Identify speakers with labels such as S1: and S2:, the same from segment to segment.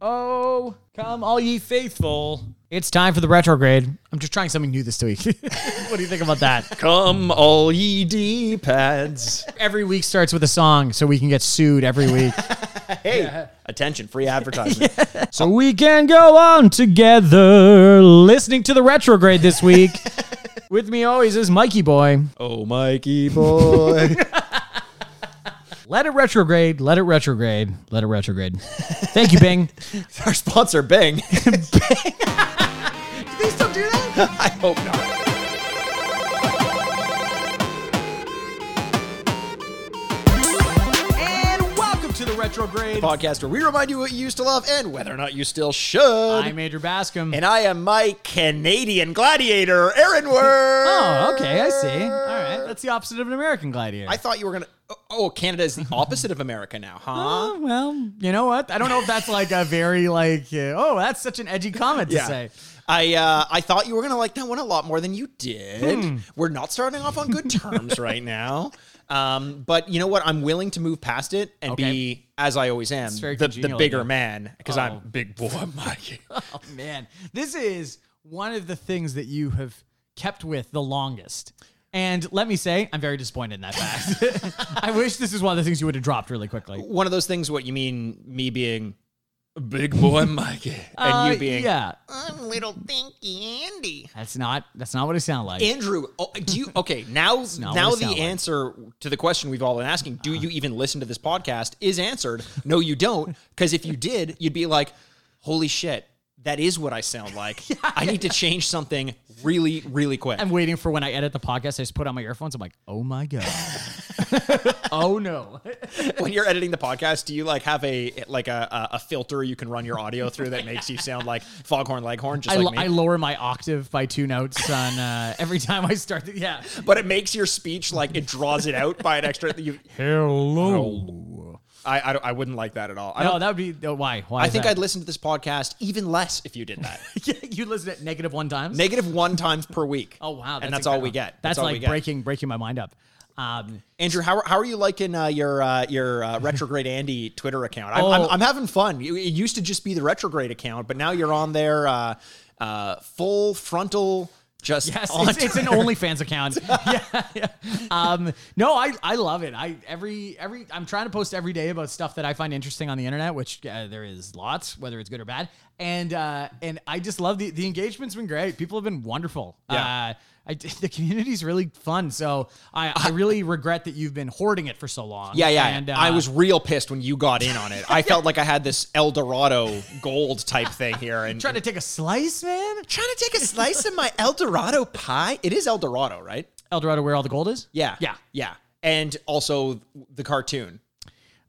S1: Oh, come all ye faithful. It's time for the retrograde. I'm just trying something new this week. what do you think about that?
S2: Come, all ye D pads.
S1: Every week starts with a song so we can get sued every week.
S2: Hey, attention, free advertisement.
S1: so we can go on together listening to the retrograde this week. With me always is Mikey Boy.
S2: Oh, Mikey boy.
S1: Let it retrograde, let it retrograde, let it retrograde. Thank you, Bing.
S2: Our sponsor, Bing.
S1: they still do that?
S2: I hope not.
S1: And welcome to the retrograde.
S2: Podcast where we remind you what you used to love and whether or not you still should.
S1: I'm Andrew Bascom.
S2: and I am my Canadian gladiator, Aaron Word.
S1: Oh, okay, I see. All right, that's the opposite of an American gladiator.
S2: I thought you were going to. Oh, Canada is the opposite of America now, huh?
S1: Oh, well, you know what? I don't know if that's like a very like uh, oh, that's such an edgy comment to say.
S2: I uh, I thought you were gonna like that one a lot more than you did.
S1: Hmm.
S2: We're not starting off on good terms right now. Um, but you know what? I'm willing to move past it and
S1: Okay.
S2: be as I always am,
S1: very
S2: the, the
S1: congenial
S2: bigger
S1: of you.
S2: man because
S1: Oh.
S2: I'm big boy Mikey.
S1: Oh man, this is one of the things that you have kept with the longest. And let me say, I'm very disappointed in that fact. I wish this is one of the things you would have dropped really quickly.
S2: one of those things. What you mean? Me being big boy Mikey and
S1: Uh,
S2: you being
S1: yeah,
S2: I'm little thinky Andy.
S1: that's not that's not what it sounded like.
S2: Andrew, oh, do you okay now?
S1: not
S2: now
S1: what it sound
S2: the
S1: like. Uh-huh.
S2: answer to the question we've all been asking: Do you even listen to this podcast? Is answered. No, you don't. Because if you did, you'd be like, "Holy shit, that is what I sound like. I need to change something really, really quick."
S1: I'm waiting for when I edit the podcast. I just put on my earphones. I'm like, oh my god, oh no.
S2: when you're editing the podcast, do you like have a like a a a filter you can run your audio through that makes you sound like Foghorn Leghorn, just
S1: I,
S2: like
S1: lo-
S2: me?
S1: I lower my octave by two notes on uh, every time I start. The, yeah.
S2: but it makes your speech like it draws it out by an extra. You,
S1: Hello.
S2: I, I don't- I wouldn't like that at all. I
S1: No,
S2: don't.
S1: that would be oh, why. Why?
S2: I think I'd listen to this podcast even less if you did that.
S1: I'd you listen at negative one times.
S2: Negative one times per week.
S1: oh wow,
S2: and that's all we
S1: incredible.
S2: get.
S1: That's,
S2: all
S1: like
S2: we get.
S1: breaking breaking my mind up. Um,
S2: Andrew, how, how are you liking uh, your uh, your uh, retrograde Andy Twitter account? I'm,
S1: Oh.
S2: I'm, I'm having fun. You- It used to just be the retrograde account, but now you're on there uh, uh, full frontal. Just
S1: yes,
S2: on
S1: it's, it's an OnlyFans account. yeah, yeah. Um, no, I, I love it. I every every I'm trying to post every day about stuff that I find interesting on the internet, which uh, there is lots, whether it's good or bad. And uh, and I just love the the engagement's been great. People have been wonderful.
S2: Yeah.
S1: Uh, I, the community's really fun, so I, I really regret that you've been hoarding it for so long.
S2: Yeah, yeah.
S1: And, uh,
S2: I was real pissed when you got in on it. I felt like I had this El Dorado gold type thing here, and
S1: trying to take a slice, man.
S2: trying to take a slice of my El Dorado pie. It is El Dorado, right?
S1: El Dorado, where all the gold is.
S2: Yeah,
S1: yeah.
S2: yeah. And also the cartoon.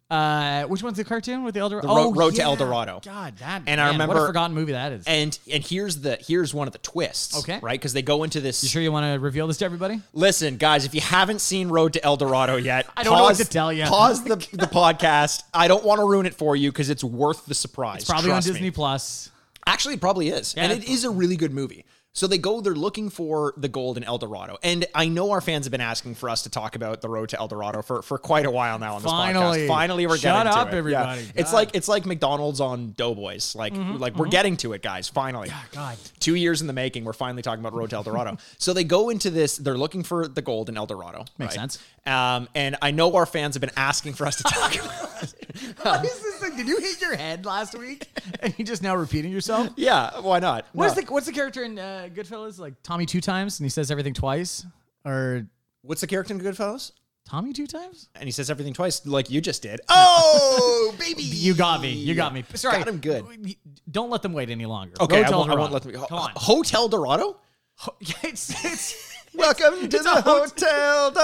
S1: Uh, which one's the cartoon with the El Dorado?
S2: Road- Road to El Dorado.
S1: God, that
S2: And
S1: and
S2: I
S1: I remember what
S2: remember-
S1: a forgotten movie that is.
S2: And and here's the here's one of the twists.
S1: Okay.
S2: Right? Because they go into this.
S1: You sure you want to reveal this to everybody?
S2: Listen, guys, if you haven't seen Road to El Dorado yet,
S1: I don't know what to tell ya.
S2: Pause the, the podcast. I don't want to ruin it for you because it's worth the surprise.
S1: Probably
S2: Trust
S1: on
S2: me.
S1: Disney Plus.
S2: Actually, it probably is. and it
S1: it's-
S2: is a really good movie. So they go, they're looking for the gold in El Dorado. And I know our fans have been asking for us to talk about the road to El Dorado for, for quite a while now on this
S1: Finally.
S2: podcast. Finally, we're
S1: Shut
S2: getting
S1: up,
S2: to it. Yeah.
S1: everybody.
S2: It's
S1: God. Mm-hmm,
S2: like it's like McDonald's on Doughboys. Like, like we're getting to it, guys. Finally.
S1: God.
S2: Two years in the making, we're finally talking about Road to El Dorado. so they go into this, they're looking for the gold in El Dorado.
S1: Makes sense.
S2: Um, and I know our fans have been asking for us to talk about it.
S1: What is this thing? Did you hit your head last week? and you just now repeating yourself?
S2: Yeah, why not?
S1: What's
S2: No.
S1: the What's the character in uh, Goodfellas? Like Tommy two times, and he says everything twice, or
S2: What's the character in Goodfellas?
S1: Tommy two times?
S2: and he says everything twice like you just did. Oh, baby.
S1: You got me. You got me. Sorry,
S2: Got him good.
S1: Don't let them wait any longer.
S2: Okay,
S1: Road
S2: I
S1: to El
S2: won't, I won't
S1: Dorado.
S2: let them.
S1: Come on.
S2: Hotel Dorado?
S1: Oh, it's, it's,
S2: Welcome to the Hotel Dorado.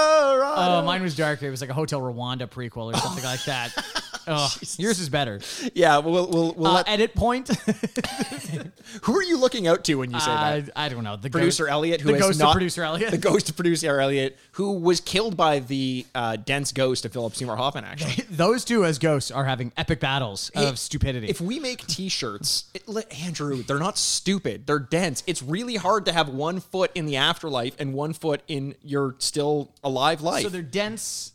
S1: Oh, mine was darker. It was like a Hotel Rwanda prequel or something like that. Oh, yours is better.
S2: yeah, we'll, we'll, we'll
S1: Uh,
S2: let,
S1: edit point.
S2: who are you looking out to when you say that?
S1: I, I don't know. The
S2: Producer
S1: ghost,
S2: Elliot, who
S1: uh, the
S2: has
S1: ghost
S2: not-
S1: of producer Elliot.
S2: the ghost of producer Elliot, who was killed by the uh, dense ghost of Philip Seymour Hoffman. Actually,
S1: Those two as ghosts are having epic battles of stupidity.
S2: if we make T-shirts, it, let- Andrew, they're not stupid; they're dense. It's really hard to have one foot in the afterlife and one foot in your still alive life.
S1: so they're dense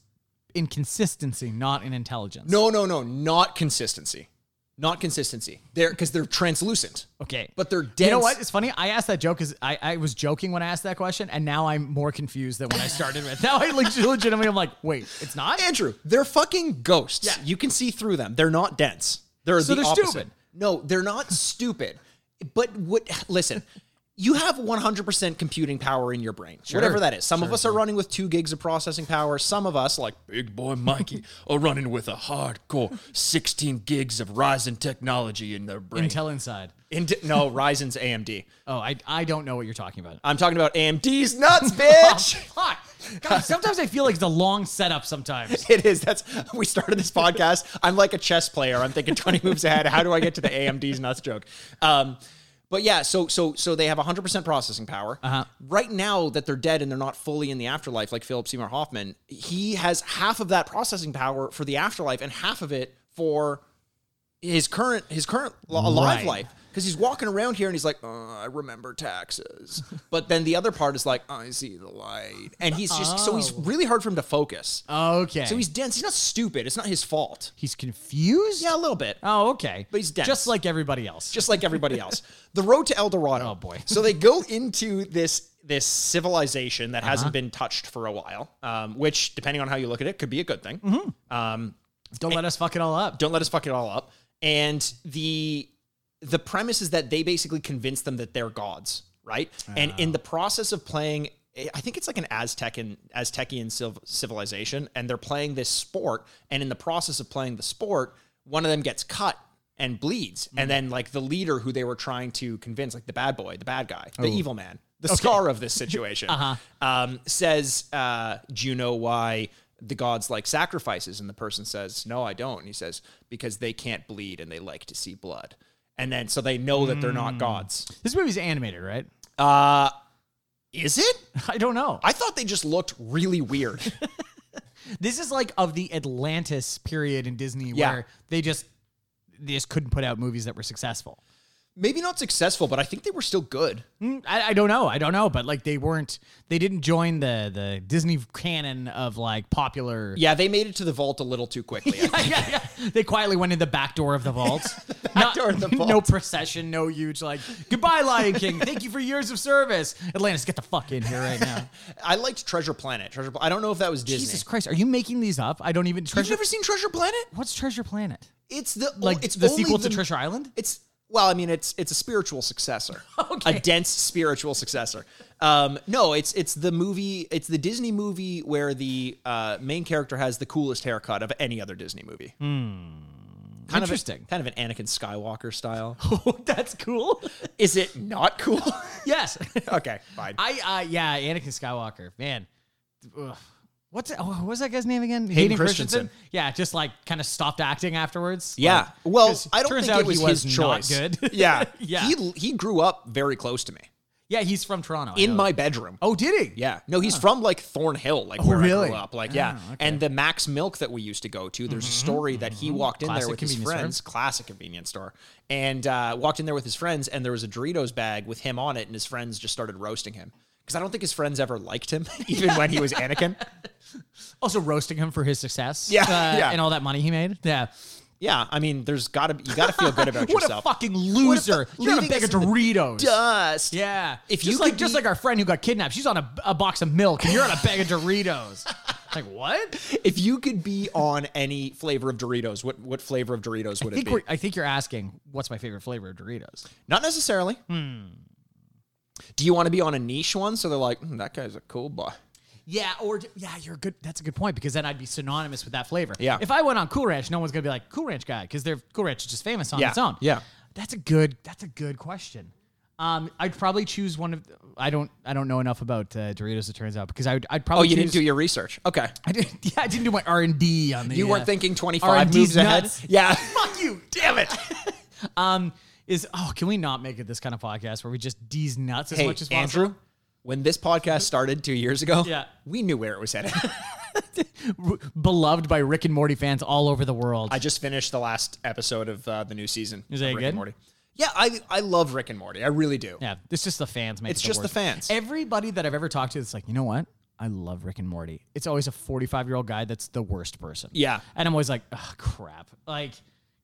S1: in consistency, not in intelligence.
S2: No, no, no, not consistency. not consistency. They're because they're translucent.
S1: Okay.
S2: But they're dense.
S1: You know what? It's funny. I asked that joke because I, I was joking when I asked that question, and now I'm more confused than when I started with. Now I leg- legitimately, I'm like, wait, it's not.
S2: Andrew, they're fucking ghosts.
S1: Yeah.
S2: You can see through them. They're not dense. They're
S1: So
S2: the
S1: they're
S2: opposite.
S1: stupid.
S2: No, they're not stupid. But what listen, you have 100% computing power in your brain. Whatever that is. Some of us are running with 2 gigs of processing power. Some of us like
S3: Big boy Mikey are running with a hardcore 16 gigs of Ryzen technology in their brain.
S1: Intel Inside.
S2: Int- no, Ryzen's AMD.
S1: Oh, I I don't know what you're talking about. Oh,
S2: I'm talking about AMD's nuts, bitch.
S1: Fuck. God, sometimes I feel like it's a long setup. Sometimes.
S2: It is. That's we started this podcast. I'm like a chess player. I'm thinking 20 moves ahead. How do I get to the AMD's nuts joke? Um, but yeah, so so so they have 100% processing power. Uh-huh. Right now that they're dead and they're not fully in the afterlife, like Philip Seymour Hoffman, he has half of that processing power for the afterlife and half of it for his current his current lo- alive
S1: Right.
S2: life. Because he's walking around here and he's like, oh, I remember taxes. But then the other part is like, I see the light. And he's just, so he's really hard for him to focus.
S1: Okay.
S2: So he's dense. He's not stupid. It's not his fault.
S1: he's confused.
S2: Yeah, a little bit.
S1: Oh, okay.
S2: But he's dense.
S1: Just like everybody else.
S2: Just like everybody else. the road to El Dorado.
S1: Oh, boy.
S2: so they go into this this civilization that
S1: Uh-huh.
S2: hasn't been touched for a while, um, which, depending on how you look at it, could be a good thing.
S1: Mm-hmm. don't let us fuck it all up.
S2: Don't let us fuck it all up. And the the premise is that they basically convince them that they're gods, right? And in the process of playing, I think it's like an Aztecan Aztecian civ- civilization, and they're playing this sport. And in the process of playing the sport, one of them gets cut and bleeds, and then like the leader who they were trying to convince, like the bad boy, the bad guy, the evil man, the scar of this situation, um, says, uh, "Do you know why?" The gods like sacrifices, and the person says, No, I don't. And he says, Because they can't bleed and they like to see blood and then so they know that they're
S1: Hmm.
S2: not gods.
S1: This movie's animated, right?
S2: Uh, is it?
S1: I don't know.
S2: I thought they just looked really weird.
S1: This is like of the Atlantis period in Disney
S2: Yeah.
S1: where they just they just couldn't put out movies that were successful.
S2: Maybe not successful, but I think they were still good.
S1: Mm, I, I don't know. I don't know, but like they weren't they didn't join the the Disney canon of like popular
S2: Yeah, they made it to the vault a little too quickly. I think.
S1: yeah, yeah. They quietly went in the back door of the vault. Not-
S2: door of the
S1: No
S2: vault.
S1: procession, no huge like goodbye, Lion King. Thank you for years of service. Atlantis, get the fuck in here right now.
S2: I liked Treasure Planet. Treasure. Pla- I don't know if that was Disney.
S1: Jesus Christ, are you making these up? I don't even
S2: You've
S1: treasure.
S2: never seen Treasure Planet?
S1: What's Treasure Planet?
S2: It's the oh,
S1: Like
S2: it's
S1: the
S2: only
S1: sequel
S2: the-
S1: to Treasure Island?
S2: It's well, I mean, it's it's a spiritual successor,
S1: Okay.
S2: a dense spiritual successor. Um, no, it's it's the movie, it's the Disney movie where the uh, main character has the coolest haircut of any other Disney movie.
S1: Hmm.
S2: Kind Of
S1: Interesting.
S2: a, kind of an Anakin Skywalker style.
S1: Oh, that's cool.
S2: Is it not cool?
S1: yes.
S2: okay, fine.
S1: I uh yeah, Anakin Skywalker, man. Ugh. What's oh, what was that guy's name again? Hayden,
S2: Christensen.
S1: Yeah, just like kind of stopped acting afterwards.
S2: yeah.
S1: Like,
S2: Well,
S1: 'cause
S2: I don't
S1: turns
S2: think
S1: out
S2: it was,
S1: he was
S2: his
S1: not
S2: choice.
S1: good.
S2: yeah.
S1: Yeah.
S2: He he grew up very close to me
S1: yeah, he's from Toronto. I
S2: in
S1: know.
S2: my bedroom.
S1: oh, did he?
S2: Yeah. Oh, Ah, No, he's from like Thornhill, like where I
S1: really?
S2: grew up. Like, yeah. And the Max Milk that we used to go to, there's a story that he walked in
S1: Classic
S2: there with his
S1: convenience store.
S2: friends, classic convenience store, and uh, walked in there with his friends, and there was a Doritos bag with him on it, and his friends just started roasting him. Because I don't think his friends ever liked him, even when he was Anakin.
S1: Also roasting him for his success.
S2: Yeah,
S1: uh,
S2: yeah.
S1: And all that money he made. Yeah.
S2: Yeah, I mean, there's gotta be, you gotta feel good about
S1: What a
S2: yourself.
S1: fucking loser. You're on a
S2: leaving
S1: bag of
S2: us in the
S1: Doritos.
S2: dust.
S1: Yeah.
S2: If
S1: just
S2: you
S1: like
S2: could
S1: just
S2: be-
S1: like our friend who got kidnapped, she's on a, a box of milk and you're on a bag of Doritos. It's like what?
S2: If you could be on any flavor of Doritos, what what flavor of Doritos would
S1: I
S2: it
S1: think,
S2: be?
S1: we're, I think you're asking what's my favorite flavor of Doritos.
S2: Not necessarily.
S1: Hmm.
S2: Do you want to be on a niche one? So they're like, "Hmm, that guy's a cool boy.
S1: Yeah, or yeah, you're good. That's a good point because then I'd be synonymous with that flavor.
S2: Yeah.
S1: If I went on Cool Ranch, no one's gonna be like Cool Ranch guy because their Cool Ranch is just famous on
S2: Yeah,
S1: its own.
S2: yeah.
S1: That's a good. That's a good question. Um, I'd probably choose one of. the- I don't. I don't know enough about uh, Doritos. It turns out because I would. I'd
S2: Oh,
S1: probably.
S2: you
S1: choose,
S2: didn't do your research. Okay.
S1: I didn't. Yeah, I didn't do my R and D on the.
S2: You
S1: uh,
S2: weren't thinking 25
S1: R&D's
S2: moves ahead.
S1: nuts.
S2: Yeah.
S1: Fuck you! Damn it. um, is oh, can we not make it this kind of podcast where we just D's nuts as
S2: Hey,
S1: much as possible?
S2: Andrew, when this podcast started two years ago,
S1: Yeah.
S2: we knew where it was headed.
S1: beloved by Rick and Morty fans all over the world.
S2: I just finished the last episode of uh, the new season.
S1: Is that
S2: of Rick
S1: good?
S2: And Morty. Yeah, I, I love Rick and Morty. I really do.
S1: Yeah, it's just the fans. Make
S2: It's
S1: it the
S2: just the
S1: worst.
S2: fans.
S1: Everybody that I've ever talked to, that's like, you know what? I love Rick and Morty. It's always a forty-five-year-old guy that's the worst person.
S2: Yeah.
S1: and I'm always like, oh, crap. Like,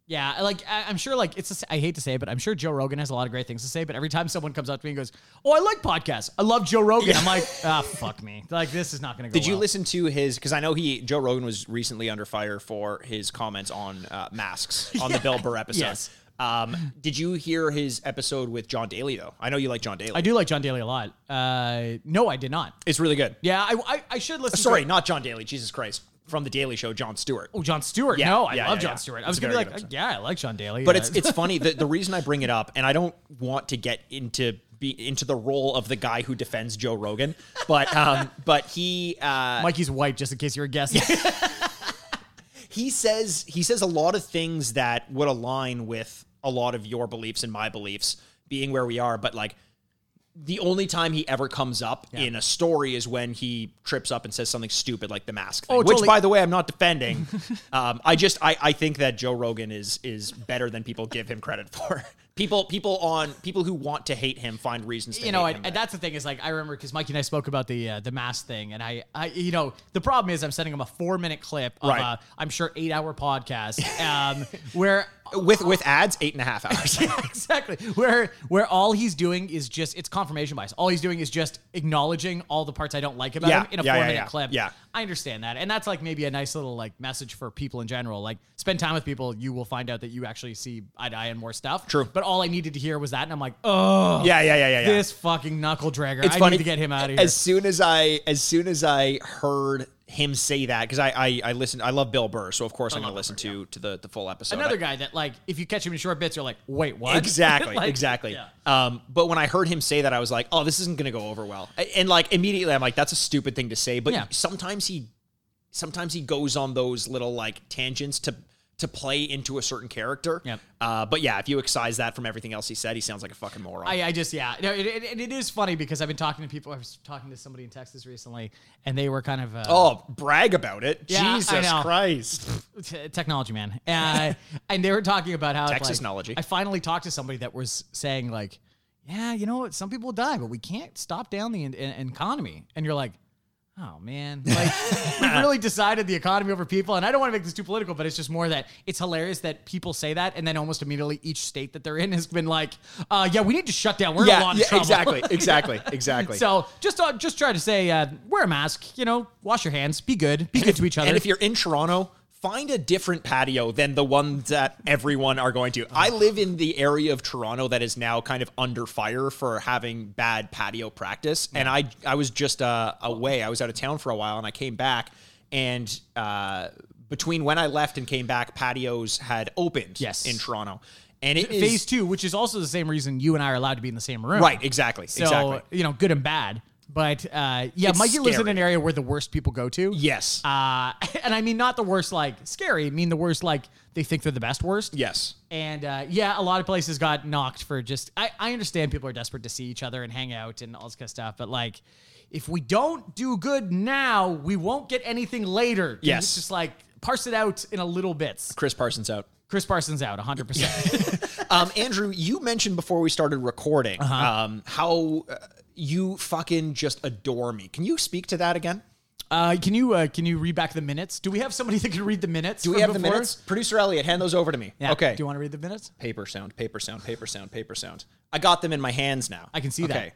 S1: Yeah, like I, I'm sure, like it's. A, I hate to say it, but I'm sure Joe Rogan has a lot of great things to say. But every time someone comes up to me and goes, "Oh, I like podcasts. I love Joe Rogan," I'm like, "Ah, fuck me. Like this is not going to go."
S2: Did you
S1: well."
S2: listen to his? Because I know he Joe Rogan was recently under fire for his comments on uh, masks on the Bill Burr episode.
S1: yes.
S2: Um, did you hear his episode with John Daly though? I know you like John Daly.
S1: I do like John Daly a lot. Uh, no, I did not.
S2: It's really good.
S1: Yeah, I, I, I should listen. to
S2: Sorry,
S1: it.
S2: not John Daly. Jesus Christ, from the Daily Show, John Stewart.
S1: Oh, John Stewart.
S2: Yeah,
S1: no, I
S2: yeah,
S1: love
S2: yeah,
S1: John
S2: yeah.
S1: Stewart. I
S2: It's
S1: was
S2: a
S1: gonna be
S2: very
S1: like,
S2: good episode.
S1: yeah, I like John Daly,
S2: But
S1: uh,
S2: it's it's funny. The, the reason I bring it up, and I don't want to get into be into the role of the guy who defends Joe Rogan, but um, but he uh,
S1: Mikey's white, just in case you were guessing.
S2: he says he says a lot of things that would align with a lot of your beliefs and my beliefs being where we are but like the only time he ever comes up in a story is when he trips up and says something stupid like the mask thing,
S1: Oh,
S2: which
S1: totally.
S2: by the way i'm not defending um, i just I, I think that joe rogan is is better than people give him credit for people people on people who want to hate him find reasons to
S1: you know,
S2: hate
S1: and,
S2: him
S1: and that's the thing is like I remember because Mikey and I spoke about the uh, the mask thing, and I, I, you know, the problem is I'm sending him a four minute clip of
S2: Right.
S1: a I'm sure eight hour podcast, um, where
S2: with with ads eight and a half hours
S1: exactly where where all he's doing is just it's confirmation bias. All he's doing is just acknowledging all the parts I don't like about
S2: Yeah.
S1: him in a
S2: Yeah, yeah,
S1: four minute
S2: yeah.
S1: clip.
S2: Yeah.
S1: I understand that, and that's like maybe a nice little like message for people in general. Like spend time with people, you will find out that you actually see eye to eye and more stuff.
S2: True.
S1: but all I needed to hear was that, and I'm like, oh
S2: yeah yeah yeah yeah, yeah.
S1: This fucking knuckle dragger. I need to get him out of here.
S2: As soon as I, as soon as I heard him say that, because I, I, I listen, I love Bill Burr, so of course I'm going to listen to to the the full episode.
S1: Another
S2: I-
S1: guy that, like, if you catch him in short bits, you're like, wait, what?
S2: Exactly,
S1: Like,
S2: exactly.
S1: yeah.
S2: Um, but when I heard him say that, I was like, "Oh, this isn't going to go over well." A- And like immediately, I'm like, "That's a stupid thing to say." But
S1: Yeah.
S2: sometimes he, sometimes he goes on those little like tangents to to play into a certain character.
S1: Yep.
S2: Uh, but yeah, if you excise that from everything else he said, he sounds like a fucking moron.
S1: I, I just, yeah. No, it, it, and it is funny because I've been talking to people. I was talking to somebody in Texas recently, and they were kind of. Uh,
S2: oh, brag about it!
S1: Yeah, I
S2: Jesus
S1: know.
S2: Christ!
S1: t- technology man. Uh, and they were talking about how
S2: Tech
S1: like,
S2: technology.
S1: I finally talked to somebody that was saying like, yeah, you know what? Some people die, but we can't stop down the en- en- economy. And you're like, oh man, like we've really decided the economy over people. And I don't want to make this too political, but it's just more that it's hilarious that people say that, and then almost immediately each state that they're in has been like, uh, yeah, we need to shut down. We're in a lot of trouble.
S2: exactly, exactly, exactly.
S1: So just uh, just try to say uh, wear a mask, you know, wash your hands, be good, be good to each other.
S2: and if you're in Toronto, find a different patio than the one that everyone are going
S1: Oh.
S2: to. I live in the area of Toronto that is now kind of under fire for having bad patio practice, and I I was just uh, away. I was out of town for a while, and I came back, and uh, between when I left and came back, patios had opened.
S1: Yes.
S2: in Toronto, and it is
S1: phase two, which is also the same reason you and I are allowed to be in the same room.
S2: right. Exactly.
S1: So,
S2: exactly.
S1: you know, good and bad. But uh, yeah,
S2: It's
S1: Mikey lives in
S2: scary.
S1: an area where the worst people go to.
S2: Yes.
S1: Uh, and I mean, not the worst, like scary, I mean the worst, like they think they're the best worst.
S2: yes.
S1: And uh, yeah, a lot of places got knocked for just. I, I understand people are desperate to see each other and hang out and all this kind of stuff, but like, if we don't do good now, we won't get anything later. Can you
S2: Yes.
S1: just like parse it out in a little bits.
S2: Chris Parsons out.
S1: Chris Parsons out, 100%.
S2: um, Andrew, you mentioned before we started recording
S1: Uh-huh.
S2: um, how uh, you fucking just adore me. Can you speak to that again?
S1: Uh, can you uh, can you read back the minutes? Do we have somebody that can read the minutes?
S2: Do we have the minutes? Producer Elliot, hand those over to me. Okay.
S1: Do you want to read the minutes?
S2: paper sound, paper sound, paper sound, paper sound. I got them in my hands now.
S1: I can see that.
S2: okay.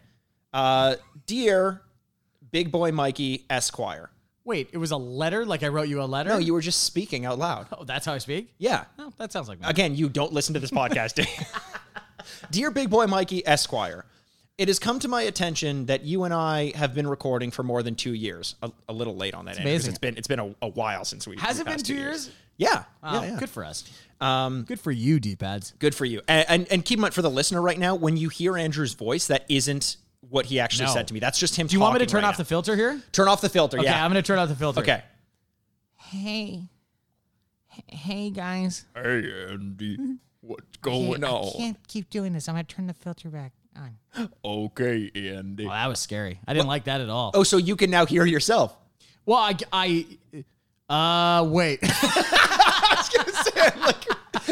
S2: Uh, dear Big Boy Mikey Esquire.
S1: Wait, it was a letter. Like I wrote you a letter.
S2: No, you were just speaking out loud.
S1: oh, that's how I speak.
S2: Yeah. Uh,
S1: No, that sounds like me.
S2: Again, you don't listen to this podcast. do you? Dear Big Boy Mikey Esquire, it has come to my attention that you and I have been recording for more than two years. A, a little late on that. Andrew, 'cause
S1: amazing.
S2: It's been it's been a, a while since we
S1: Has
S2: we
S1: it been
S2: passed
S1: two years?
S2: Yeah.
S1: Wow,
S2: yeah, yeah.
S1: Oh, Good for us. Um, good for you, D pads.
S2: Good for you. And, and and keep in mind for the listener right now, when you hear Andrew's voice, that isn't what he actually
S1: No.
S2: said to me. That's just him.
S1: Do you want me to turn off the filter here?
S2: turn off the filter?
S1: Okay,
S2: yeah.
S1: I'm gonna turn off the filter.
S2: okay.
S4: Hey. H- Hey guys. Hmm?
S3: Hey, Andy, what's
S4: Hey,
S3: going
S4: I
S3: on?
S4: can't keep doing this. I'm gonna turn the filter back on.
S3: Okay, Andy.
S1: Wow, that was scary. I didn't like that at all.
S2: Oh, so you can now hear yourself.
S1: Well, I, I uh, wait.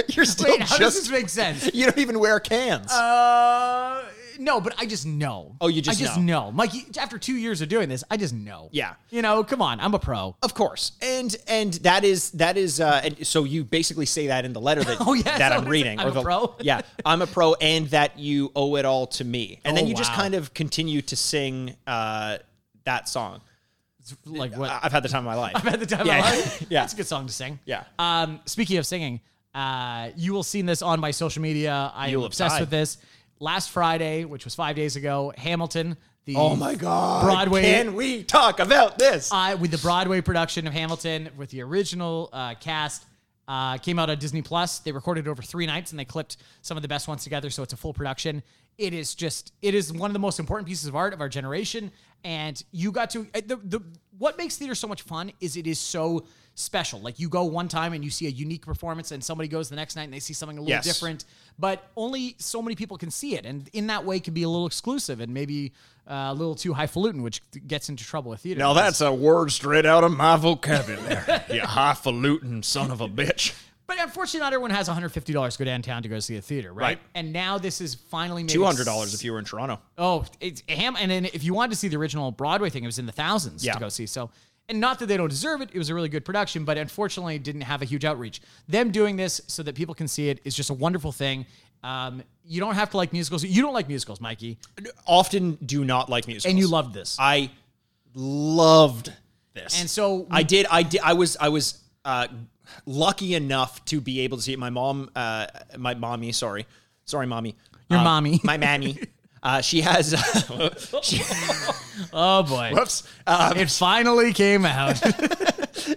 S2: You're still
S1: wait, how does
S2: just.
S1: this make sense?
S2: You don't even wear cans.
S1: Uh, no, but I just know.
S2: Oh, you just
S1: I just know. Mike, you- after two years of doing this, I just know.
S2: Yeah.
S1: You know, come on, I'm a pro.
S2: Of course, and and that is that is uh, and so you basically say that in the letter that
S1: Oh, yeah,
S2: that
S1: so
S2: I'm
S1: it's-
S2: reading
S1: I'm a
S2: the
S1: pro.
S2: yeah I'm a pro and that you owe it all to me and then
S1: Oh,
S2: you just
S1: wow.
S2: kind of continue to sing uh, that song.
S1: Like what?
S2: I- I've had the time of my life.
S1: at the time
S2: yeah,
S1: I lied.
S2: yeah.
S1: That's a good song to sing.
S2: Yeah.
S1: Um, speaking of singing, uh, you will see this on my social media. I'm
S2: You'll have
S1: obsessed
S2: died.
S1: with this. Last Friday, which was five days ago, Hamilton, the
S2: Oh my God!
S1: Broadway-
S2: Can we talk about this?
S1: uh, with the Broadway production of Hamilton with the original uh, cast. Uh, came out on Disney Plus. They recorded over three nights and they clipped some of the best ones together. So it's a full production. It is just, it is one of the most important pieces of art of our generation. And you got to uh, the, the what makes theater so much fun is it is so special. Like you go one time and you see a unique performance, and somebody goes the next night and they see something a little
S2: Yes.
S1: different. But only so many people can see it, and in that way can be a little exclusive and maybe uh, a little too highfalutin, which gets into trouble with theater.
S3: Now that's a word straight out of my vocabulary. you highfalutin son of a bitch.
S1: But unfortunately, not everyone has $150 to go downtown to go see a theater, right?
S2: Right.
S1: And now this is finally made
S2: Two hundred dollars if you were in Toronto.
S1: Oh, it's ham. And then if you wanted to see the original Broadway thing, it was in the thousands
S2: Yeah.
S1: to go see. So, and not that they don't deserve it. It was a really good production, but unfortunately, it didn't have a huge outreach. Them doing this so that people can see it is just a wonderful thing. Um, you don't have to like musicals. You don't like musicals, Mikey,
S2: Often do not like musicals.
S1: and you loved this.
S2: I loved this.
S1: And so-
S2: I did. I did. I was. I was uh, lucky enough to be able to see it. My mom. Uh, my mommy. Sorry. Sorry, mommy.
S1: Your
S2: Um,
S1: mommy.
S2: My mammy. Uh, she has. she,
S1: oh boy,
S2: whoops. Um,
S1: it finally came out.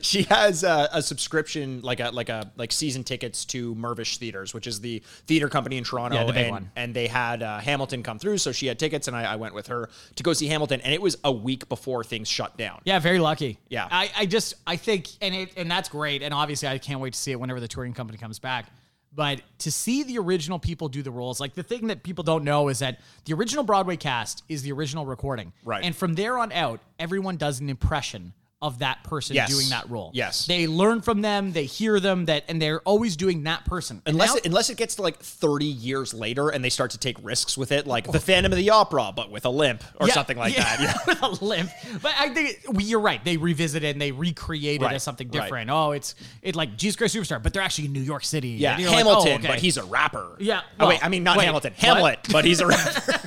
S2: she has a, a subscription, like a like a like season tickets to Mervish Theaters, which is the theater company in Toronto.
S1: Yeah, the big
S2: and,
S1: one.
S2: and they had uh, Hamilton come through, so she had tickets, and I, I went with her to go see Hamilton. And it was a week before things shut down.
S1: Yeah, very lucky.
S2: Yeah.
S1: I, I just I think and it and that's great. And obviously I can't wait to see it whenever the touring company comes back. But to see the original people do the roles, like the thing that people don't know is that the original Broadway cast is the original recording.
S2: Right.
S1: And from there on out, everyone does an impression of that person
S2: Yes.
S1: doing that role.
S2: Yes.
S1: They learn from them, they hear them, that and they're always doing that person. And
S2: Unless
S1: now-
S2: it, unless it gets to like 30 years later and they start to take risks with it, like the Phantom of the Opera, but with a limp or
S1: Yeah,
S2: something like
S1: yeah,
S2: that. Yeah.
S1: with a limp. But I think it- we- you're right. They revisit it and they recreate
S2: Right,
S1: it as something
S2: right.
S1: different. Oh, it's it like Jesus Christ Superstar, but they're actually in New York City.
S2: Yeah,
S1: And you're like,
S2: Hamilton,
S1: oh, okay.
S2: but he's a rapper.
S1: Yeah,
S2: oh,
S1: well,
S2: wait, I mean, not
S1: wait,
S2: Hamilton,
S1: what?
S2: Hamlet, but he's a rapper.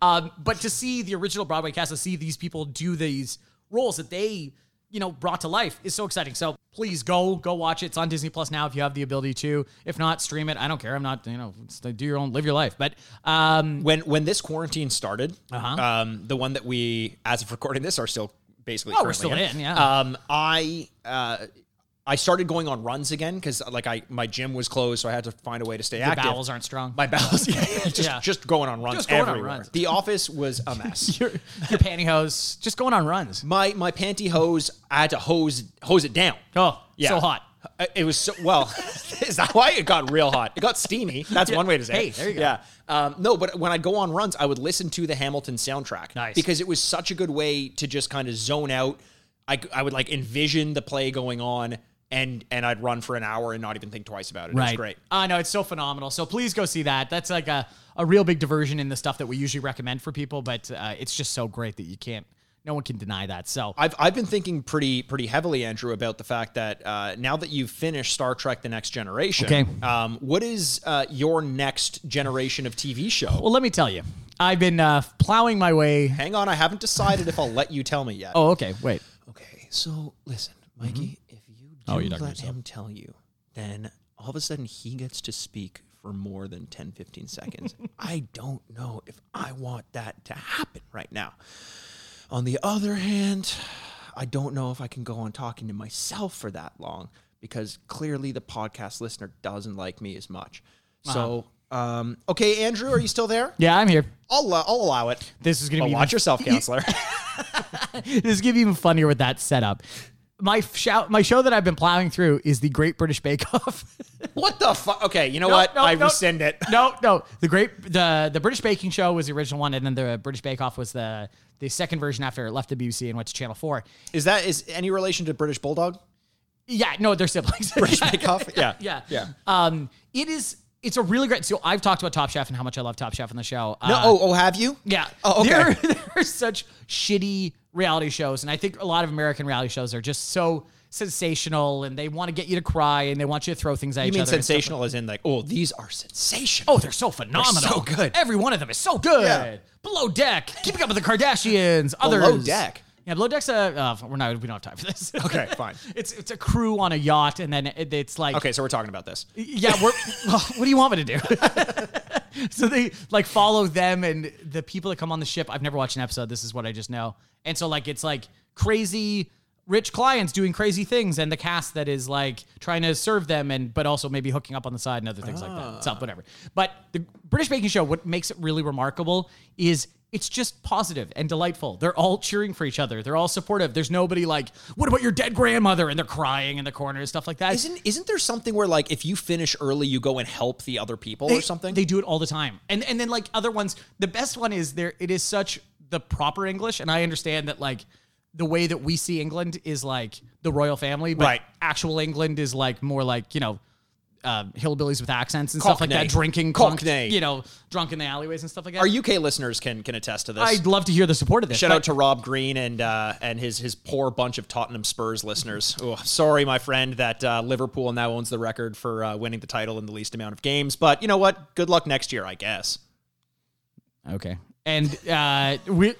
S1: Um, but to see the original Broadway cast, to see these people do these roles that they, you know, brought to life is so exciting. So please go, go watch it. It's on Disney Plus now if you have the ability to. If not, stream it. I don't care. I'm not, you know, it's- do your own, live your life. But um,
S2: when when this quarantine started,
S1: Uh-huh.
S2: um, the one that we, as of recording this, are still basically.
S1: Oh, we're
S2: currently
S1: still in, yeah.
S2: Um, I uh, I started going on runs again because like I my gym was closed, so I had to find a way to stay
S1: your
S2: active.
S1: bowels aren't strong.
S2: my bowels, yeah, just,
S1: Yeah.
S2: just going on runs
S1: Just going on
S2: everywhere.
S1: runs.
S2: The office was a mess.
S1: your, your pantyhose, just going on runs.
S2: my my pantyhose, I had to hose hose it down.
S1: Oh, so hot.
S2: Uh, It was so well. is that why it got real hot? It got steamy. That's one way to say.
S1: Hey,
S2: it.
S1: there you go.
S2: Yeah. Um, no, but when I go on runs, I would listen to the Hamilton soundtrack.
S1: Nice.
S2: Because it was such a good way to just kind of zone out. I, I would like envision the play going on, and and I'd run for an hour and not even think twice about it. It was great.
S1: I know it's so phenomenal. So please go see that. That's like a, a real big diversion in the stuff that we usually recommend for people, but uh, it's just so great that you can't. No one can deny that. So
S2: I've I've been thinking pretty pretty heavily, Andrew, about the fact that uh, now that you've finished Star Trek: The Next Generation,
S1: Okay.
S2: um, what is uh, your next generation of TV show?
S1: well, let me tell you, I've been uh, plowing my way.
S2: Hang on, I haven't decided if I'll let you tell me yet.
S1: Oh, okay. Wait.
S2: Okay, so listen, Mikey,
S1: Mm-hmm.
S2: if you do
S1: you're talking to
S2: let
S1: Oh, yourself.
S2: him tell you, then all of a sudden he gets to speak for more than 10, 15 seconds. I don't know if I want that to happen right now. On the other hand, I don't know if I can go on talking to myself for that long because clearly the podcast listener doesn't like me as much. So, um, okay, Andrew, are you still there?
S1: Uh-huh. Yeah, I'm here.
S2: I'll, uh, I'll allow it.
S1: This is gonna
S2: But
S1: be
S2: watch yourself, counselor.
S1: this is gonna be even funnier with that setup. My f- show, my show that I've been plowing through is the Great British Bake Off.
S2: what the fuck? Okay, you know
S1: No,
S2: what?
S1: no,
S2: I
S1: no.
S2: rescind it.
S1: no, no. The great the the British Baking Show was the original one, and then the British Bake Off was the the second version after it left the BBC and went to Channel Four.
S2: Is that is any relation to British Bulldog?
S1: Yeah, no, they're siblings.
S2: British Bake Off? Yeah.
S1: yeah,
S2: Yeah.
S1: Um, it is it's a really great. So I've talked about Top Chef and how much I love Top Chef on the show.
S2: No,
S1: Uh,
S2: oh, oh, have you?
S1: yeah.
S2: Oh, okay.
S1: There, there are such shitty reality shows, and I think a lot of American reality shows are just so sensational, and they want to get you to cry, and they want you to throw things at
S2: You
S1: each
S2: mean
S1: other. and stuff.
S2: sensational as in like, oh, these are sensational.
S1: Oh, they're so phenomenal.
S2: so good.
S1: Every one of them is so good.
S2: Yeah.
S1: Below Deck, Keeping Up with the Kardashians, others.
S2: Deck?
S1: Yeah, Below Deck's a. Uh, we're not. We don't have time for this.
S2: Okay, fine.
S1: it's it's a crew on a yacht, and then it, it's like.
S2: Okay, so we're talking about this.
S1: Yeah, we're. well, what do you want me to do? so they like follow them and the people that come on the ship. I've never watched an episode. This is what I just know. And so like it's like crazy rich clients doing crazy things, and the cast that is like trying to serve them, and but also maybe hooking up on the side and other things like that. So whatever. But the British Baking Show, what makes it really remarkable is. It's just positive and delightful. They're all cheering for each other. They're all supportive. There's nobody like, "What about your dead grandmother?" and they're crying in the corner and stuff like that.
S2: Isn't isn't there something where like if you finish early, you go and help the other people or
S1: They-
S2: something?
S1: They do it all the time. And and then like other ones, the best one is there it is such the proper English and I understand that like the way that we see England is like the royal family, but
S2: Right.
S1: actual England is like more like, you know, uh, hillbillies with accents and stuff like that,
S2: Cockney.
S1: drinking, drunk,
S2: Cockney.
S1: you know, drunk in the alleyways and stuff like that.
S2: Our UK listeners can can attest to this.
S1: I'd love to hear the support of this.
S2: Shout
S1: but-
S2: out to Rob Green and uh, and his his poor bunch of Tottenham Spurs listeners. Oh, sorry, my friend, that uh, Liverpool now owns the record for uh, winning the title in the least amount of games. But you know what? Good luck next year, I guess.
S1: Okay. And uh, we well,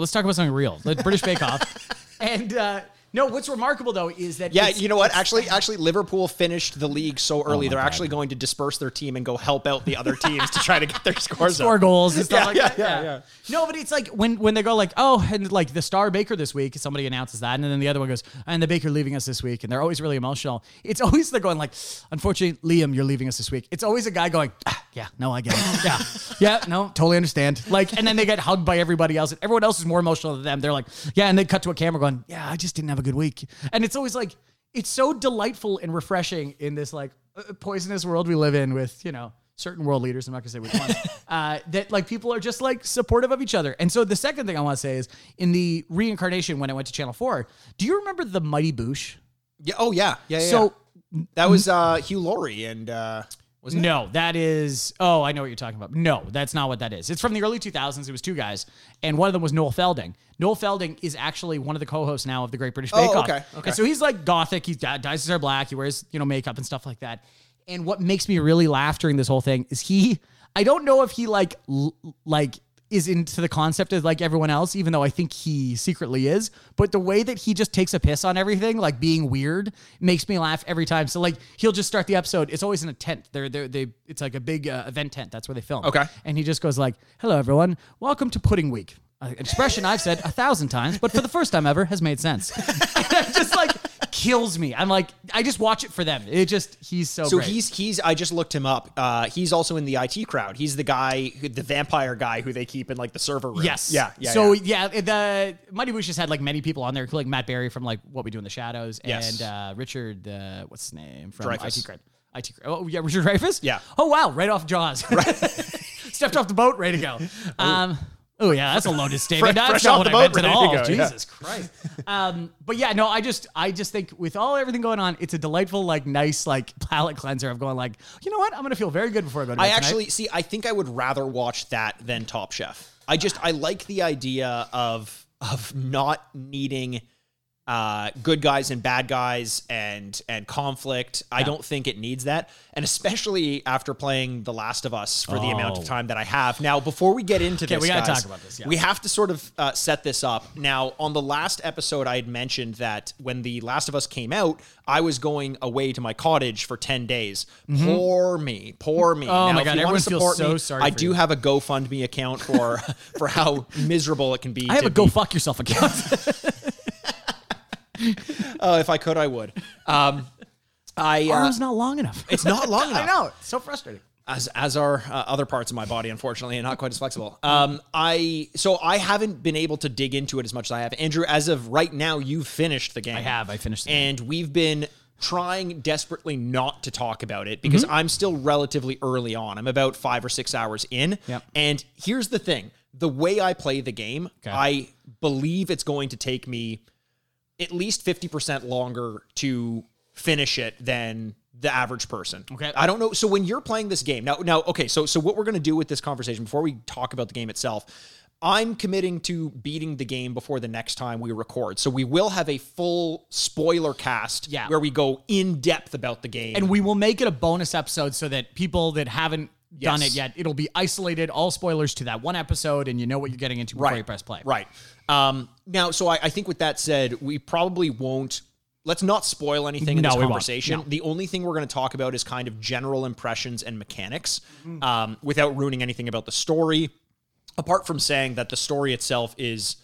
S1: let's talk about something real. The British Bake Off. and uh, no, what's remarkable though is that
S2: Yeah,
S1: it's- Oh
S2: you know what? Actually, actually, Liverpool finished the league so early they're actually going to disperse their team and go help out the other teams to try to get their scores
S1: score
S2: up.
S1: goals and stuff
S2: Yeah,
S1: like
S2: yeah,
S1: that.
S2: yeah,
S1: No, but it's like when when they go like, oh, and like the star baker this week, somebody announces that, and then the other one goes, and the baker leaving us this week, and they're always really emotional. It's always they're going like, unfortunately, Liam, you're leaving us this week. It's always a guy going, ah, yeah, no, I get it, yeah, yeah, no, totally understand. Like, and then they get hugged by everybody else, and everyone else is more emotional than them. They're like, yeah, and they cut to a camera going, yeah, I just didn't have a good week, and it's always like. It's so delightful and refreshing in this like uh, poisonous world we live in with, you know, certain world leaders. I'm not gonna say which one. uh, that like people are just like supportive of each other. And so the second thing I want to say is in the reincarnation when I went to Channel Four. Do you remember the Mighty Boosh?
S2: Yeah, oh yeah, yeah. yeah,
S1: So
S2: yeah. that was uh, Hugh Laurie and uh, was it?
S1: no, that is. Oh, I know what you're talking about. No, that's not what that is. It's from the early 2000s. It was two guys, and one of them was Noel Felding. Noel Felding is actually one of the co-hosts now of the Great British Bake Off.
S2: okay, okay.
S1: And so he's like gothic. He d- dyes his hair black. He wears you know makeup and stuff like that. And what makes me really laugh during this whole thing is he. I don't know if he like l- like is into the concept of like everyone else, even though I think he secretly is. But the way that he just takes a piss on everything, like being weird, makes me laugh every time. So like he'll just start the episode. It's always in a tent. They're, they're they it's like a big uh, event tent. That's where they film.
S2: Okay.
S1: And he just goes like, "Hello everyone, welcome to Pudding Week." An expression I've said a thousand times, but for the first time ever has made sense. just like kills me. I'm like, I just watch it for them. It just he's so.
S2: So
S1: great.
S2: he's he's I just looked him up. Uh, he's also in the IT crowd. He's the guy, who, the vampire guy who they keep in like the server room.
S1: Yes.
S2: Yeah. yeah
S1: so
S2: yeah.
S1: yeah, the Mighty Boosh has had like many people on there, including Matt Berry from like What We Do in the Shadows,
S2: Yes.
S1: and uh, Richard, uh, what's his name from
S2: Dreyfuss.
S1: IT Crowd. IT Crowd. Oh yeah, Richard Dreyfus.
S2: Yeah.
S1: Oh wow, right off Jaws. Stepped off the boat, ready to go. Um, oh yeah, that's a loaded statement.
S2: Fresh-
S1: That's
S2: fresh
S1: not
S2: off
S1: what
S2: the
S1: I
S2: boat,
S1: meant at
S2: ready to
S1: all.
S2: go, yeah.
S1: Jesus Christ. um, but yeah, no, I just I just think with all everything going on, it's a delightful like nice like palate cleanser of going like you know what I'm gonna feel very good before I go to bed
S2: I
S1: tonight.
S2: actually see. I think I would rather watch that than Top Chef. I just I like the idea of of not needing uh, good guys and bad guys and and conflict. I don't think it needs that, and especially after playing The Last of Us for the amount of
S1: Oh.
S2: time that I have now. Before we get into this,
S1: we gotta
S2: guys,
S1: talk about this, yeah.
S2: We have to sort of uh, set this up now. On the last episode, I had mentioned that when The Last of Us came out, I was going away to my cottage for ten days. Poor me, poor me.
S1: Mm-hmm. Oh my
S2: if
S1: God,
S2: you wanna
S1: everyone feels
S2: support
S1: so
S2: me,
S1: sorry
S2: I
S1: for
S2: do
S1: you.
S2: have a GoFundMe account for for how miserable it can be.
S1: I have
S2: to
S1: a go
S2: be-
S1: fuck yourself account.
S2: Uh, if I could, I would. Um, I uh,
S1: arm's not long enough.
S2: it's not long enough.
S1: It's so frustrating.
S2: as as are uh, other parts of my body, unfortunately, and not quite as flexible. Um, I so I haven't been able to dig into it as much as I have. Andrew, as of right now, you've finished the game. I
S1: have. I finished the
S2: and we've been trying desperately not to talk about it
S1: Mm-hmm.
S2: because I'm still relatively early on. I'm about five or six hours in.
S1: Yep.
S2: And here's the thing: the way I play the game, I believe it's going to take me at least 50% longer to finish it than the average person.
S1: Okay.
S2: I don't know. So when you're playing this game now, now, okay. So so what we're gonna do with this conversation before we talk about the game itself. I'm committing to beating the game before the next time we record. So we will have a full spoiler cast
S1: Yeah.
S2: where we go in depth about the game.
S1: and we will make it a bonus episode so that people that haven't done
S2: Yes.
S1: it yet, it'll be isolated, all spoilers to that one episode, and you know what you're getting into before you press play.
S2: Right. Um, now, so I, I think with that said, we probably won't. Let's not spoil anything in
S1: No, we
S2: this
S1: won't.
S2: conversation.
S1: No.
S2: The only thing we're going to talk about is kind of general impressions and mechanics,
S1: Mm-hmm.
S2: um, without ruining anything about the story. Apart from saying that the story itself is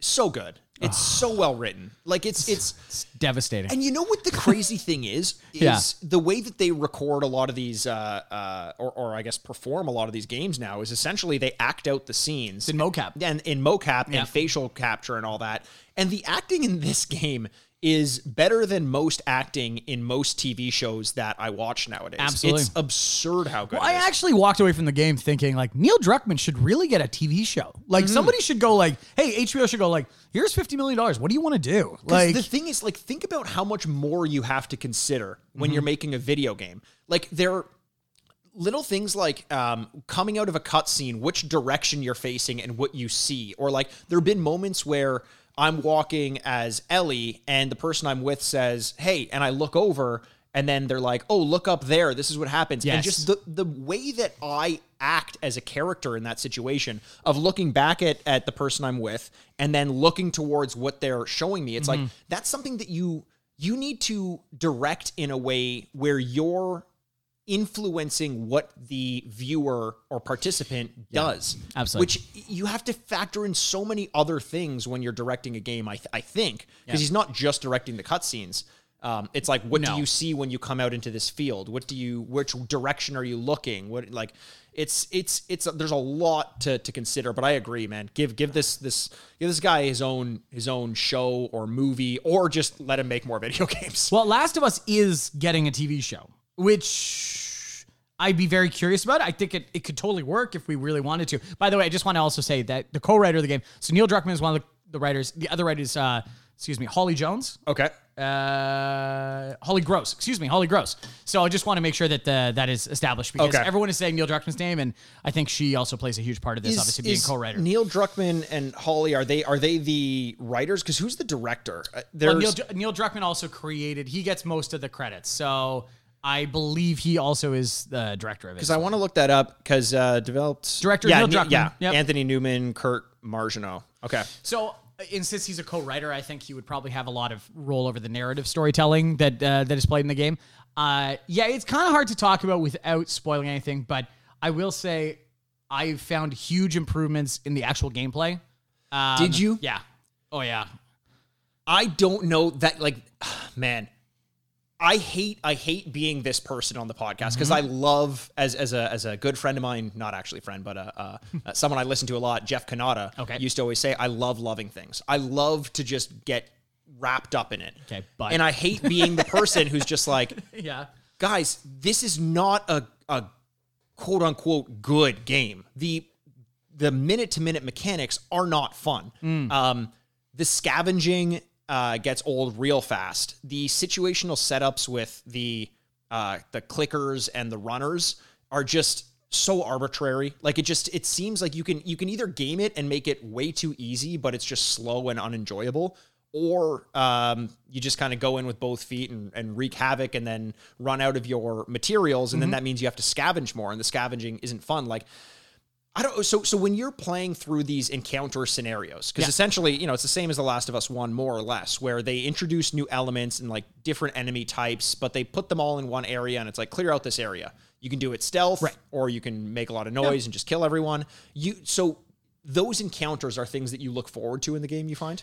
S2: so good, it's so well written. Like it's it's
S1: It's devastating.
S2: and you know what the crazy thing is? Is
S1: Yeah.
S2: the way that they record a lot of these, uh, uh, or, or I guess perform a lot of these games now is essentially they act out the scenes
S1: in mocap.
S2: and in mocap
S1: Yeah.
S2: and facial capture and all that. And the acting in this game is better than most acting in most TV shows that I watch nowadays.
S1: Absolutely.
S2: it's absurd how good.
S1: I
S2: it is.
S1: actually walked away from the game thinking like Neil Druckmann should really get a TV show. Like
S2: Mm-hmm.
S1: somebody should go like, hey, HBO should go like, here's fifty million dollars. What do you want to do?
S2: 'Cause
S1: Like
S2: the thing is like think about how much more you have to consider
S1: Mm-hmm.
S2: when you're making a video game like there are little things like um, coming out of a cutscene which direction you're facing and what you see or like there have been moments where i'm walking as ellie and the person i'm with says hey and i look over and then they're like oh look up there this is what happens and
S1: Yes.
S2: just the, the way that i act as a character in that situation of looking back at, at the person i'm with and then looking towards what they're showing me it's like that's something that you you need to direct in a way where you're influencing what the viewer or participant does.
S1: absolutely.
S2: Which you have to factor in so many other things when you're directing a game, I, th- I think, because he's not just directing the cutscenes. Um, it's like, what
S1: No.
S2: do you see when you come out into this field? What do you, which direction are you looking? What like, it's it's it's there's a lot to, to consider, but I agree, man. Give give this this give this guy his own his own show or movie, or just let him make more video games.
S1: Well, Last of Us is getting a TV show, which I'd be very curious about. I think it, it could totally work if we really wanted to. By the way, I just want to also say that the co-writer of the game, so Neil Druckmann is one of the, the writers. The other writer is, uh, excuse me, Holly Jones.
S2: Okay,
S1: Uh, Holly Gross, excuse me, Holly Gross. So I just want to make sure that the, that is established because
S2: Okay.
S1: everyone is saying Neil Druckmann's name, and I think she also plays a huge part of this, obviously being co-writer.
S2: Neil Druckmann and Holly are they are they the writers? Because who's the director? Uh, There's
S1: Well, Neil, Neil Druckmann also created. He gets most of the credits, so I believe he also is the director of it.
S2: because I want to look that up because uh, developed
S1: Director
S2: yeah,
S1: Neil
S2: Ne-
S1: Druckmann.
S2: yeah
S1: Yep.
S2: Anthony Newman Kurt Martineau okay
S1: So, uh, and since he's a co-writer, I think he would probably have a lot of role over the narrative storytelling that uh, that is played in the game. Uh, yeah, it's kind of hard to talk about without spoiling anything, but I will say I found huge improvements in the actual gameplay. Um,
S2: Did you?
S1: Yeah. Oh yeah.
S2: I don't know that like man I hate I hate being this person on the podcast
S1: Mm-hmm.
S2: because I love as as a as a good friend of mine not actually friend but uh, uh, someone I listen to a lot Jeff Canada
S1: Okay.
S2: used to always say I love loving things I love to just get wrapped up in it
S1: Okay, but-
S2: and I hate being the person who's just like
S1: Yeah.
S2: guys, this is not a, a quote unquote good game. The the minute to minute mechanics are not fun. Um, the scavenging uh, gets old real fast. The situational setups with the uh, the clickers and the runners are just so arbitrary. Like it just it seems like you can you can either game it and make it way too easy, but it's just slow and unenjoyable, or um, you just kind of go in with both feet and, and wreak havoc and then run out of your materials, and then that means you have to scavenge more, and the scavenging isn't fun. Like I don't. So so when you're playing through these encounter scenarios, because essentially, you know, it's the same as The Last of Us One, more or less, where they introduce new elements and like different enemy types, but they put them all in one area, and it's like clear out this area. You can do it stealth, or you can make a lot of noise and just kill everyone. You so those encounters are things that you look forward to in the game. You find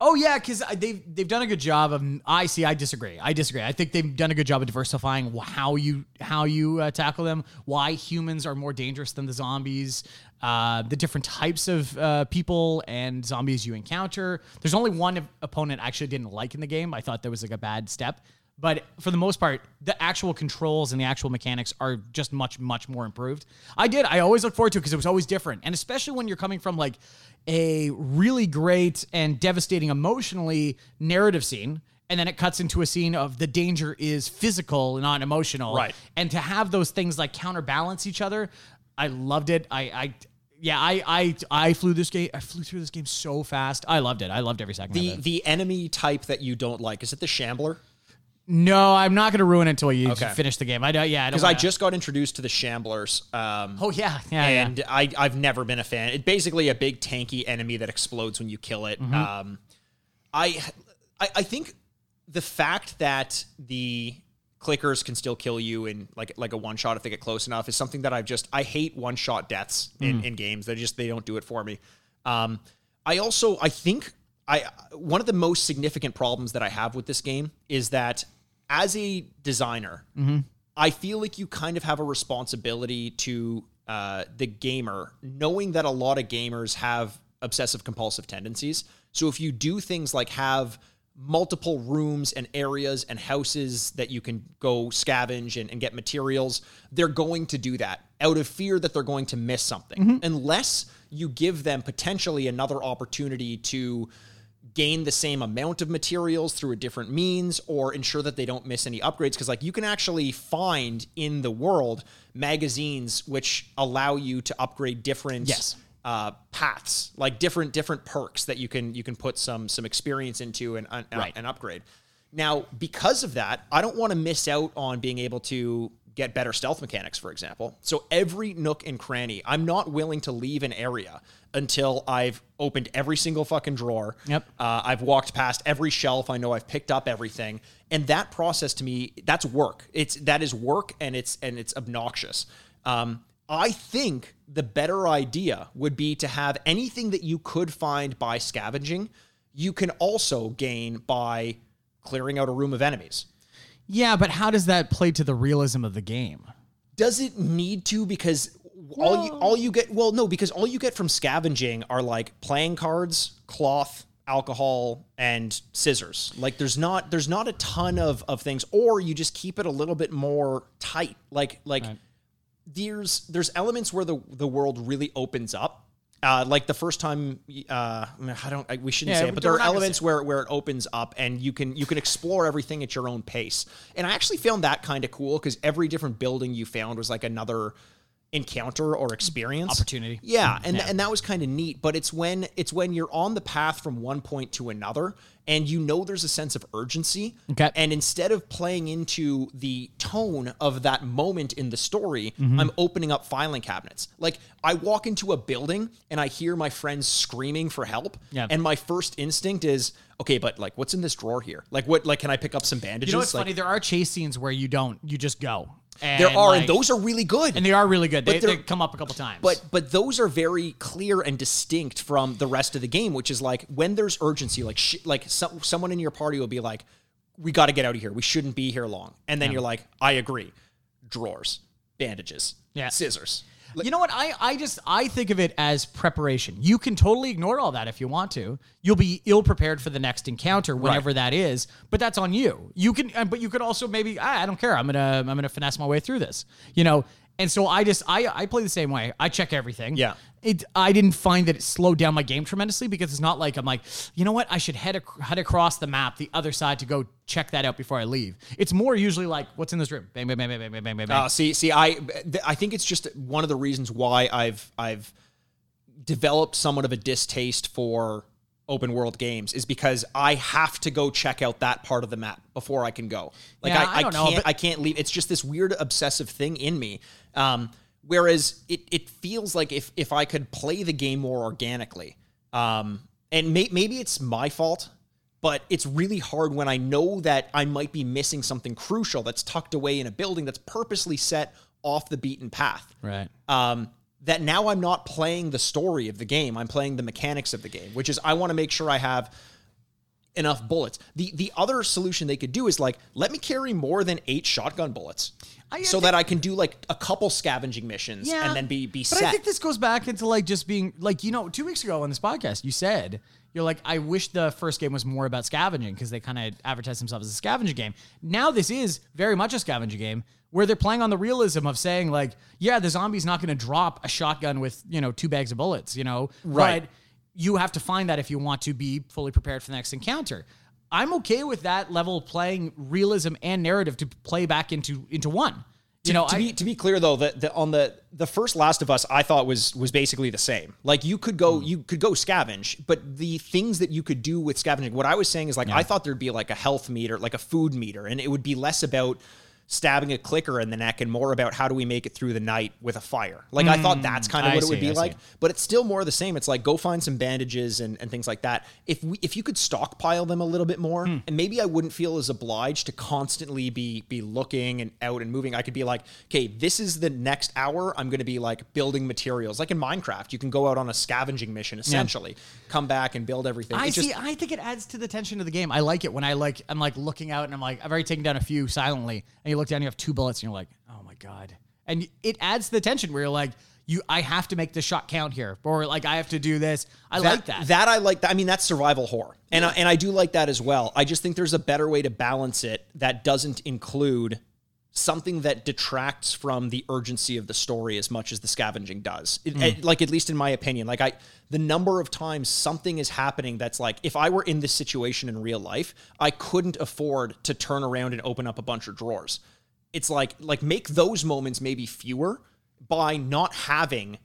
S1: Oh yeah, because they've they've done a good job of. I see. I disagree. I disagree. I think they've done a good job of diversifying wh- how you how you uh, tackle them. Why humans are more dangerous than the zombies. Uh, the different types of uh, people and zombies you encounter. There's only one op- opponent I actually didn't like in the game. I thought that was like a bad step. But for the most part, the actual controls and the actual mechanics are just much, much more improved. I did. I always look forward to it because it was always different. And especially when you're coming from like a really great and devastating emotionally narrative scene and then it cuts into a scene of the danger is physical, not emotional.
S2: Right.
S1: And to have those things like counterbalance each other, I loved it. I, I, yeah, I, I, I flew this game. I flew through this game so fast. I loved it. I loved every second
S2: The
S1: of it.
S2: the enemy type that you don't like is it the Shambler?
S1: No, I'm not gonna ruin it until you
S2: Okay.
S1: finish the game. I don't. Oh, Yeah, I don't.
S2: Because I
S1: wanna-
S2: just got introduced to the Shamblers. Um,
S1: Oh yeah, yeah, yeah.
S2: and I, I've never been a fan. It's basically a big tanky enemy that explodes when you kill it.
S1: Mm-hmm.
S2: Um, I, I I think the fact that the clickers can still kill you in like like a one shot if they get close enough is something that I've just I hate one shot deaths
S1: Mm.
S2: in, in games. They just they don't do it for me. Um, I also I think I one of the most significant problems that I have with this game is that as a designer, I feel like you kind of have a responsibility to uh, the gamer, knowing that a lot of gamers have obsessive compulsive tendencies. So if you do things like have multiple rooms and areas and houses that you can go scavenge and, and get materials, they're going to do that out of fear that they're going to miss something. Unless you give them potentially another opportunity to gain the same amount of materials through a different means or ensure that they don't miss any upgrades because like you can actually find in the world magazines which allow you to upgrade different
S1: Yes.
S2: uh, paths like different different perks that you can you can put some some experience into and and-
S1: Right.
S2: and upgrade now because of that i don't want to miss out on being able to get better stealth mechanics for example so every nook and cranny i'm not willing to leave an area until i've opened every single fucking drawer
S1: Yep.
S2: uh, I've walked past every shelf. I know I've picked up everything, and that process to me, that's work. It's that is work, and it's and it's obnoxious. Um, I think the better idea would be to have anything that you could find by scavenging, you can also gain by clearing out a room of enemies.
S1: yeah, but how does that play to the realism of the game?
S2: Does it need to? Because all you all you get well, no, because all you get from scavenging are like playing cards, cloth, alcohol, and scissors. Like there's not there's not a ton of of things, or you just keep it a little bit more tight. Like like there's there's elements where the the world really opens up. Uh, like the first time, uh, I don't. I, we shouldn't
S1: Yeah,
S2: say it,
S1: we-
S2: but there
S1: we're
S2: are
S1: not gonna
S2: elements where where it opens up, and you can you can explore everything at your own pace. And I actually found that kind of cool because every different building you found was like another encounter or experience
S1: Opportunity.
S2: yeah, and and that was kind of neat. But it's when it's when you're on the path from one point to another, and you know there's a sense of urgency.
S1: Okay.
S2: And instead of playing into the tone of that moment in the story,
S1: Mm-hmm.
S2: I'm opening up filing cabinets. Like I walk into a building and I hear my friends screaming for help.
S1: Yeah.
S2: And my first instinct is, okay, but like, what's in this drawer here? Like, what? Like, can I pick up some bandages?
S1: You know what's
S2: Like,
S1: funny? There are chase scenes where you don't. You just go. And
S2: There are,
S1: like-
S2: and those are really good.
S1: and they are really good. They,
S2: they're-
S1: they come up a couple times.
S2: But but those are very clear and distinct from the rest of the game, which is like when there's urgency, like sh- like so- someone in your party will be like, "We got to get out of here. We shouldn't be here long." And then you're like, "I agree." Drawers, bandages,
S1: Yeah.
S2: scissors.
S1: you know what? I, I just I think of it as preparation. You can totally ignore all that if you want to. You'll be ill prepared for the next encounter, whenever that is. But that's on you. You can, uh, but you could also maybe "Ah, I don't care. I'm gonna I'm gonna finesse my way through this. You know. And so I just I I play the same way. I check everything.
S2: Yeah.
S1: It I didn't find that it slowed down my game tremendously because it's not like I'm like you know what I should head ac- head across the map the other side to go check that out before I leave. It's more usually like what's in this room. Bang bang bang bang bang bang bang bang.
S2: Uh, see, see, I, th- I think it's just one of the reasons why I've, I've developed somewhat of a distaste for open world games is because I have to go check out that part of the map before I can go. Like
S1: Yeah,
S2: I, I,
S1: I don't know,
S2: can't,
S1: but-
S2: I can't leave. It's just this weird obsessive thing in me. Um, whereas it, it feels like if, if I could play the game more organically, um, and may, maybe it's my fault but it's really hard when I know that I might be missing something crucial that's tucked away in a building that's purposely set off the beaten path.
S1: right.
S2: Um, that now I'm not playing the story of the game, I'm playing the mechanics of the game, which is I want to make sure I have enough bullets. The the other solution they could do is like let me carry more than 8 shotgun bullets.
S1: I- I
S2: so that I can do like a couple scavenging missions and then be be
S1: but
S2: set.
S1: I think this goes back into like just being like you know two weeks ago on this podcast you said you're like I wish the first game was more about scavenging because they kind of advertised themselves as a scavenger game. Now this is very much a scavenger game where they're playing on the realism of saying like yeah the zombie's not going to drop a shotgun with you know two bags of bullets you know
S2: Right.
S1: But you have to find that if you want to be fully prepared for the next encounter. I'm okay with that level of playing realism and narrative to play back into into one. You know,
S2: to
S1: I,
S2: be to be clear though, that the, on the the first Last of Us, I thought was was basically the same. Like you could
S1: Hmm.
S2: go you could go scavenge, but the things that you could do with scavenging, what I was saying is like I thought there'd be like a health meter, like a food meter, and it would be less about stabbing a clicker in the neck and more about how do we make it through the night with a fire. Like I thought that's kind of
S1: Hmm, I
S2: what it
S1: see,
S2: would be
S1: I see.
S2: like, but it's still more of the same. It's like go find some bandages and, and things like that. If we if you could stockpile them a little bit more,
S1: Hmm.
S2: and maybe I wouldn't feel as obliged to constantly be be looking and out and moving. I could be like, okay, this is the next hour. I'm going to be like building materials, like in Minecraft. You can go out on a scavenging mission essentially, come back and build everything.
S1: I
S2: It just-
S1: see. I think it adds to the tension of the game. I like it when I like I'm like looking out and I'm like I've already taken down a few silently, and you look down, and you have two bullets, and you're like, oh my god, and it adds to the tension where you're like, you I have to make this shot count here, or like I have to do this. I like that.
S2: That I like. That I mean, that's survival horror, and I, and I do like that as well. I just think there's a better way to balance it that doesn't include something that detracts from the urgency of the story as much as the scavenging does.
S1: Hmm.
S2: It, it- like at least in my opinion, like I the number of times something is happening that's like if I were in this situation in real life, I couldn't afford to turn around and open up a bunch of drawers. It's like like make those moments maybe fewer by not having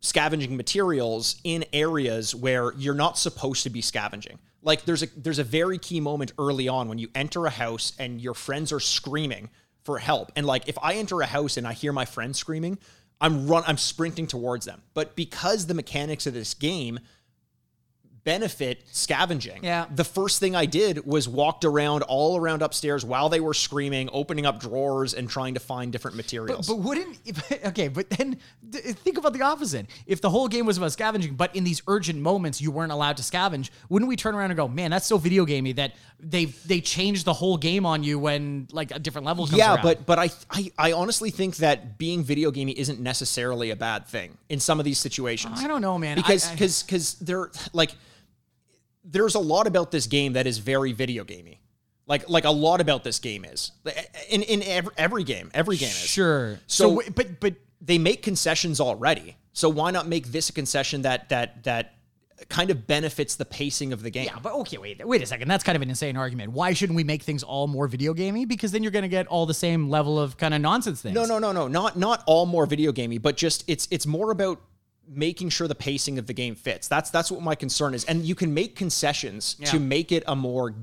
S2: scavenging materials in areas where you're not supposed to be scavenging. Like there's a there's a very key moment early on when you enter a house and your friends are screaming for help. And like if I enter a house and I hear my friends screaming, I'm run I'm sprinting towards them. But because the mechanics of this game benefit scavenging.
S1: Yeah.
S2: The first thing I did was walked around all around upstairs while they were screaming, opening up drawers and trying to find different materials.
S1: But wouldn't if- okay? But then th- think about the opposite. If the whole game was about scavenging, but in these urgent moments you weren't allowed to scavenge, wouldn't we turn around and go, "Man, that's so video gamey that they they changed the whole game on you when like a different level comes
S2: yeah
S1: around."
S2: but but I, I i honestly think that being video gamey isn't necessarily a bad thing in some of these situations
S1: I don't know, man. I-
S2: because
S1: I-
S2: because because there like there's a lot about this game that is very video gamey like like a lot about this game is in in every, every game every game is
S1: sure.
S2: So-
S1: So, so but but
S2: they make concessions already so why not make this a concession that that that kind of benefits the pacing of the game
S1: Yeah, but okay, wait, wait a second. That's kind of an insane argument. Why shouldn't we make things all more video gamey? Because then you're going to get all the same level of kind of nonsense things.
S2: No, no, no, no. Not not all more video gamey, but just it's it's more about making sure the pacing of the game fits. That's that's what my concern is. And you can make concessions to make it a more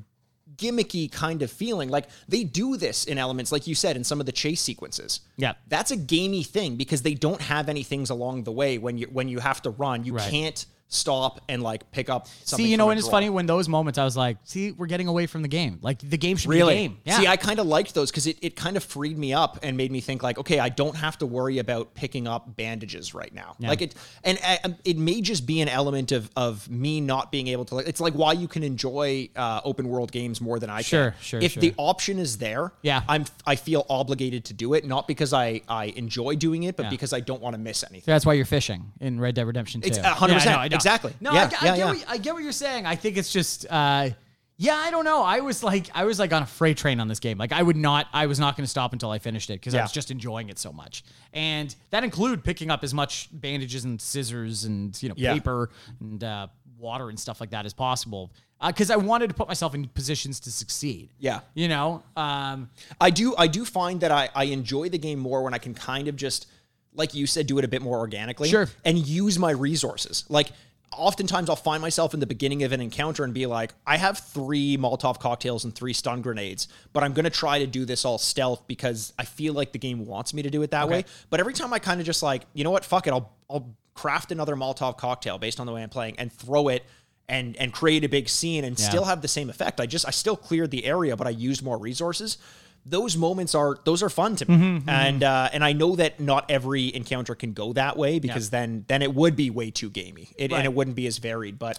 S2: gimmicky kind of feeling. Like they do this in elements, like you said, in some of the chase sequences.
S1: Yeah.
S2: That's a gamey thing because they don't have any things along the way when you when you have to run. You
S1: Right.
S2: can't stop and like pick up something.
S1: See, you
S2: from
S1: know,
S2: a
S1: and it's
S2: drawer.
S1: funny when those moments I was like, see, we're getting away from the game. Like the game should
S2: Really?
S1: be a game. Yeah.
S2: See, I kind of liked those because it, it kind of freed me up and made me think like, okay, I don't have to worry about picking up bandages right now. Like it, and uh, it may just be an element of of me not being able to. Like, it's like why you can enjoy uh, open world games more than I
S1: Sure,
S2: can.
S1: sure,
S2: If
S1: sure.
S2: the option is there,
S1: Yeah.
S2: I'm I feel obligated to do it, not because I I enjoy doing it, but because I don't want to miss anything.
S1: that's why you're fishing in Red Dead Redemption 2.
S2: It's 100%,
S1: Yeah, I know, I know.
S2: exactly.
S1: No,
S2: Yeah,
S1: I, I
S2: yeah,
S1: get
S2: yeah.
S1: What, I get what you're saying. I think it's just, uh, yeah, I don't know. I was like, I was like on a freight train on this game. Like I would not, I was not going to stop until I finished it because I
S2: Yeah.
S1: was just enjoying it so much. And that included picking up as much bandages and scissors and, you know,
S2: Yeah.
S1: paper and uh, water and stuff like that as possible. Because I wanted to put myself in positions to succeed.
S2: Yeah.
S1: You know? Um,
S2: I do I do find that I, I enjoy the game more when I can kind of just like you said do it a bit more organically
S1: Sure.
S2: and use my resources. Like oftentimes I'll find myself in the beginning of an encounter and be like I have 3 Molotov cocktails and 3 stun grenades, but I'm going to try to do this all stealth because I feel like the game wants me to do it that way. But every time I kind of just like, you know what, fuck it, I'll I'll craft another Molotov cocktail based on the way I'm playing and throw it and and create a big scene and still have the same effect. I just I still cleared the area, but I used more resources. Those moments are those are fun to me, and uh, and I know that not every encounter can go that way because then then it would be way too gamey it, and it wouldn't be as varied. But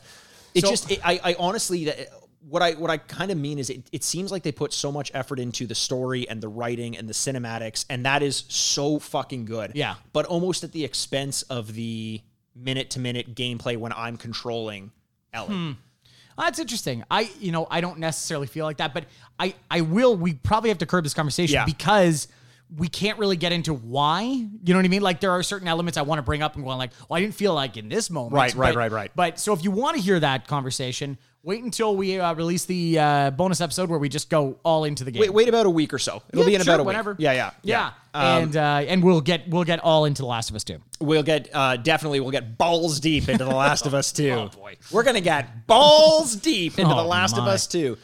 S2: it just it, I I honestly that- what I what I kind of mean is it, it seems like they put so much effort into the story and the writing and the cinematics and that is so fucking good
S1: Yeah.
S2: but almost at the expense of the minute to minute gameplay when I'm controlling Ellie.
S1: Hmm. Oh, That's interesting. I, you know, I don't necessarily feel like that, but I, I will. We probably have to curb this conversation
S2: Yeah.
S1: because we can't really get into why. You know what I mean? Like there are certain elements I want to bring up and going like, well, I didn't feel like in this moment.
S2: Right, right,
S1: but-
S2: right, right.
S1: But so if you want to hear that conversation, Wait until we uh, release the uh, bonus episode where we just go all into the game.
S2: Wait, wait about a week or so. It'll
S1: Yeah,
S2: be in
S1: sure,
S2: about a week.
S1: whenever.
S2: Yeah, yeah,
S1: Yeah,
S2: Um,
S1: and uh, and we'll get we'll get all into The Last of Us too.
S2: we'll get uh, definitely we'll get balls deep into The Last of Us Two. oh boy, we're gonna get balls deep into The
S1: Oh,
S2: Last of
S1: my.
S2: Us Two.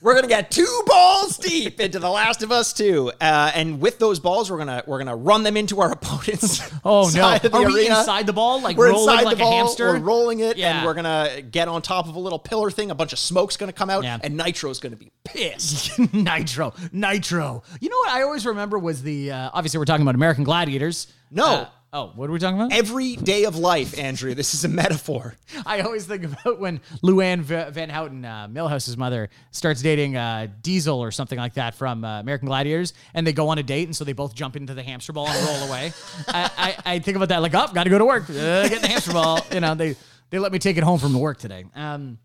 S2: We're gonna get two balls deep into The Last of Us Two, uh, and with those balls, we're gonna we're gonna run them into our opponents.
S1: Oh no!
S2: side of the
S1: Are we
S2: arena.
S1: inside the ball, like
S2: We're
S1: rolling
S2: inside
S1: like
S2: the ball.
S1: a hamster?
S2: We're rolling it,
S1: Yeah.
S2: and we're gonna get on top of a little pillar thing. A bunch of smoke's gonna come out,
S1: Yeah.
S2: and Nitro's gonna be pissed.
S1: nitro, nitro. You know what I always remember was the uh, obviously we're talking about American Gladiators.
S2: No.
S1: Uh, oh, what are we talking about?
S2: Every day of life, Andrew. This is a metaphor.
S1: I always think about when Luann V- Van Houten, uh, Milhouse's mother, starts dating uh, Diesel or something like that from uh, American Gladiators, and they go on a date, and so they both jump into the hamster ball and roll away. I, I, I think about that like, oh, got to go to work, uh, get the hamster ball. You know, they they let me take it home from work today. Um,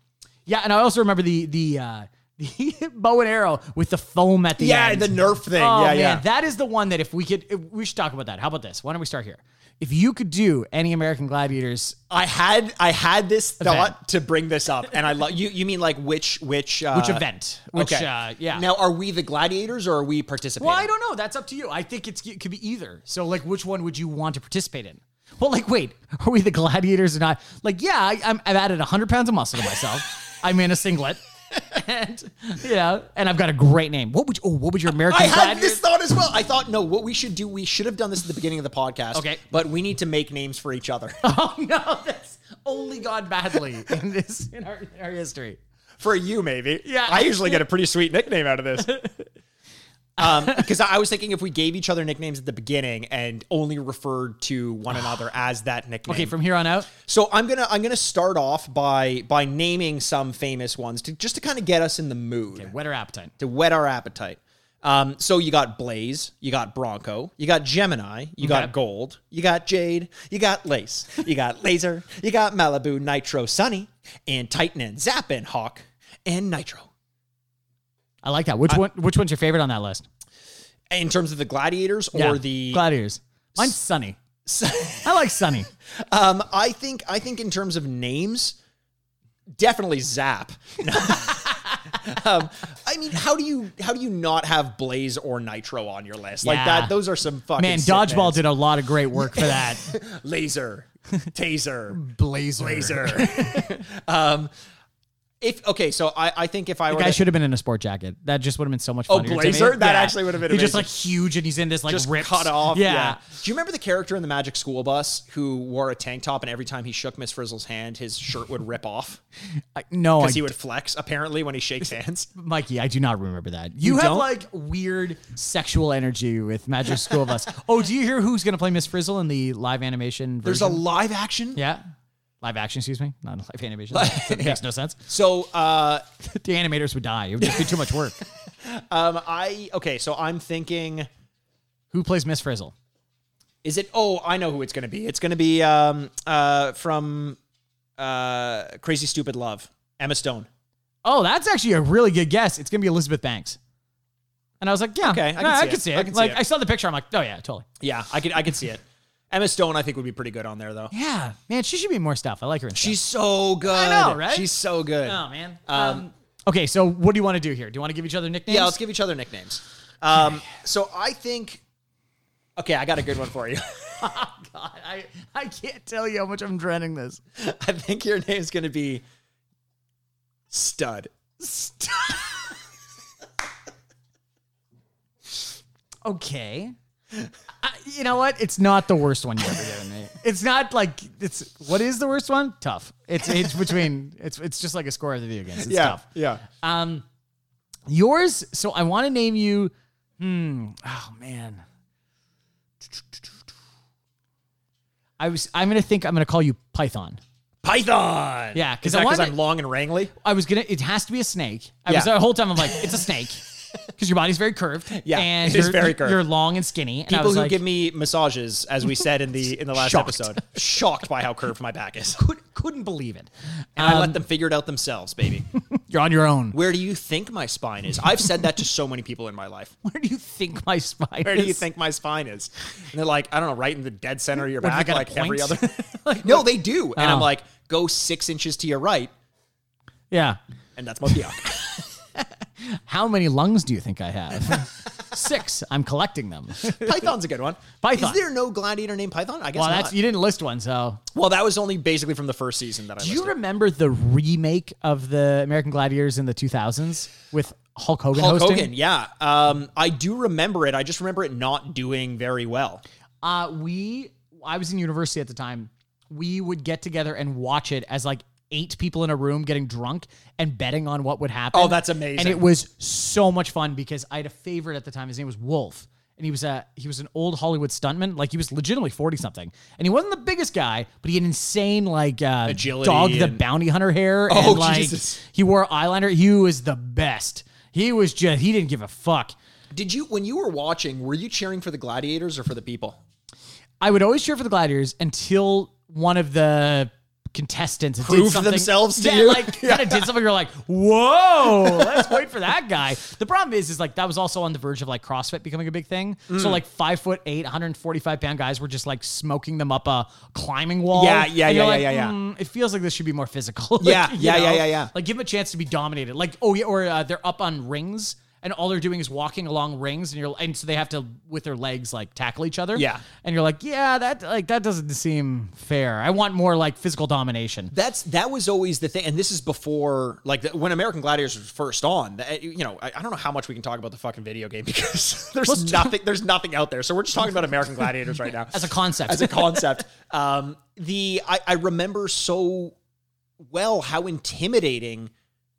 S1: yeah, and I also remember the the. Uh, the bow and arrow with the foam at the
S2: Yeah,
S1: end.
S2: the Nerf thing.
S1: Oh
S2: Yeah,
S1: man,
S2: yeah.
S1: that is the one that if we could, if- we should talk about that. How about this? Why don't we start here? If you could do any American Gladiators
S2: I had I had this thought to bring this up, and I love you. You mean like which which uh,
S1: which event? Which,
S2: okay.
S1: uh, yeah.
S2: Now, are we the gladiators or are we participating?
S1: well, I don't know. That's up to you. I think it's, it could be either. So, like, which one would you want to participate in? Well, like, wait, are we the gladiators or not? Like, yeah, I, I'm, I've added 100 pounds of muscle to myself. I'm in a singlet. And, you know, and I've got a great name. What would you, oh, what would your American
S2: I had
S1: gladiator?
S2: this thought as well. I thought, no, what we should do, we should have done this at the beginning of the podcast.
S1: Okay.
S2: But we need to make names for each other.
S1: Oh, no, that's only gone badly in this, in our, in our history.
S2: for you, maybe.
S1: Yeah.
S2: I usually get a pretty sweet nickname out of this. Um, because I was thinking if we gave each other nicknames at the beginning and only referred to one another as that nickname.
S1: Okay, from here on out.
S2: So I'm gonna I'm gonna start off by by naming some famous ones to just to kind of get us in the mood
S1: Wetter appetite.
S2: to whet our appetite. Um, so you got Blaze, you got Bronco, you got Gemini, you got
S1: Okay.
S2: Gold, you got Jade, you got Lace, you got Laser, you got Malibu, Nitro, Sunny, and Titan and Zap and Hawk and Nitro.
S1: I like that. Which one? Which one's your favorite on that list?
S2: In terms of the gladiators or
S1: Yeah,
S2: the
S1: gladiators. Mine's Sunny. I like Sunny.
S2: Um, I think I think in terms of names, definitely Zap. um, I mean, how do you how do you not have Blaze or Nitro on your list? Like
S1: Yeah.
S2: that, those are some fucking
S1: Man,
S2: sick
S1: dodgeball
S2: names.
S1: did a lot of great work for that.
S2: laser, taser,
S1: Blazer.
S2: blazer. um, if okay, so I I think if I
S1: The
S2: were
S1: guy
S2: to-
S1: should have been in a sport jacket. That just would have been so much
S2: Oh,
S1: fun.
S2: blazer? That actually would have been
S1: He's just
S2: amazing.
S1: like huge, and he's in this like
S2: just
S1: rips.
S2: cut off.
S1: Yeah.
S2: Do you remember the character in the Magic School Bus who wore a tank top and every time he shook Miss Frizzle's hand, his shirt would rip off
S1: I, no, I,
S2: because he would flex apparently when he shakes hands.
S1: Mikey, I do not remember that. You, have
S2: don't?
S1: like weird sexual energy with Magic School Bus. Oh, do you hear who's going to play Miss Frizzle in the live animation version?
S2: There's a live action.
S1: yeah, live action. Excuse me, not live animation. That makes no sense.
S2: So uh,
S1: The animators would die. It would just be too much work.
S2: um, I okay. So I'm thinking,
S1: Who plays Miss Frizzle?
S2: is it? Oh, I know who it's gonna be. It's gonna be um, uh, from uh, Crazy Stupid Love, Emma Stone.
S1: Oh, that's actually a really good guess. It's gonna be Elizabeth Banks. And I was like, yeah,
S2: Okay, I
S1: nah,
S2: can see it.
S1: see
S2: I
S1: it.
S2: can see
S1: like
S2: it.
S1: I saw the picture. I'm like, oh yeah, totally.
S2: Yeah, I could I could see it. Emma Stone, I think would be pretty good on there though.
S1: Yeah, man, she should be in more stuff. I like her. In
S2: She's so good.
S1: I know, right?
S2: She's so good.
S1: stuff. oh man. Um, okay, so what do you want to do here? Do you want to give each other nicknames?
S2: Yeah, let's give each other nicknames. Um, so I think. Okay, I got a good one for you.
S1: God, I I can't tell you how much I'm dreading this.
S2: I think your name's gonna be Stud.
S1: Okay. I, you know what? It's not the worst one you ever given me. It's not like it's what is the worst one? Tough. It's it's between it's it's just like a score of the video games. It's tough.
S2: yeah.
S1: Um, yours. So I want to name you. Hmm. Oh man. I was. I'm gonna think. I'm gonna call you Python.
S2: Python.
S1: Yeah,
S2: because
S1: because I wanted-
S2: I'm long and wrangly.
S1: I was gonna. It has to be a snake. I was
S2: Yeah.
S1: the whole time. I'm like, it's a snake. Because your body's very curved.
S2: Yeah,
S1: and
S2: it is
S1: you're-
S2: very curved.
S1: You're long and skinny. And I
S2: People
S1: was
S2: who
S1: like,
S2: give me massages, as we said in the in the last
S1: Shocked.
S2: episode, shocked by how curved my back is.
S1: could, couldn't believe it.
S2: And
S1: Um,
S2: I let them figure it out themselves, baby.
S1: You're on your own.
S2: Where do you think my spine is? I've said that to so many people in my life.
S1: Where do you think my spine?
S2: Where do you think my spine is? And they're like, I don't know, right in the dead center of your
S1: have
S2: back,
S1: they got a
S2: like every other.
S1: point?
S2: no, they do, and I'm
S1: Oh.
S2: like, go six inches to your right,
S1: Yeah.
S2: and that's my Biak.
S1: How many lungs do you think I have? Six. I'm collecting them.
S2: Python's a good one.
S1: Python.
S2: Is there no gladiator named Python? I guess
S1: well,
S2: not.
S1: that's you didn't list one, so
S2: well, that was only basically from the first season that I.
S1: Do
S2: Listed.
S1: you remember the remake of the American Gladiators in the 2000s with Hulk Hogan
S2: Hulk
S1: hosting?
S2: Hogan? Yeah, um, I do remember it. I just remember it not doing very well.
S1: Uh, we, I was in university at the time. We would get together and watch it as like eight people in a room getting drunk and betting on what would happen.
S2: Oh, that's amazing.
S1: And it was so much fun because I had a favorite at the time. His name was Wolf. And he was a he was an old Hollywood stuntman, like he was legitimately forty something, and he wasn't the biggest guy, but he had insane like uh,
S2: Agility
S1: dog the
S2: and-
S1: bounty hunter hair.
S2: Oh,
S1: and, like,
S2: Jesus.
S1: He wore eyeliner. He was the best. He was just he didn't give a fuck.
S2: Did you when you were watching? Were you cheering for the gladiators or for the people?
S1: I would always cheer for the Gladiators until one of the contestants did
S2: Proved
S1: something,
S2: themselves to
S1: yeah,
S2: you?
S1: like kind of did something. You're like, whoa, let's wait for that guy. The problem is, is like that was also on the verge of like CrossFit becoming a big thing. So
S2: Mm.
S1: like five foot eight, 145 pound guys were just like smoking them up a climbing wall.
S2: Yeah, yeah,
S1: And you're
S2: yeah,
S1: like,
S2: yeah, yeah, yeah.
S1: "Mm, it feels like this should be more physical. Like,
S2: Yeah,
S1: you
S2: yeah, yeah,
S1: know?
S2: yeah, yeah.
S1: Like give them a chance to be dominated. Like oh yeah, or uh, they're up on rings. And all they're doing is walking along rings, and you're, and so they have to with their legs like tackle each other
S2: Yeah.
S1: and you're like, yeah, that like that doesn't seem fair. I want more like physical domination.
S2: That's that was always the thing, and this is before like the, when American Gladiators was first on. That, you know, I, I don't know how much we can talk about the fucking video game because there's nothing. there's nothing out there, so we're just talking about American Gladiators right now
S1: As a concept.
S2: As a concept, um, the I, I remember so well how intimidating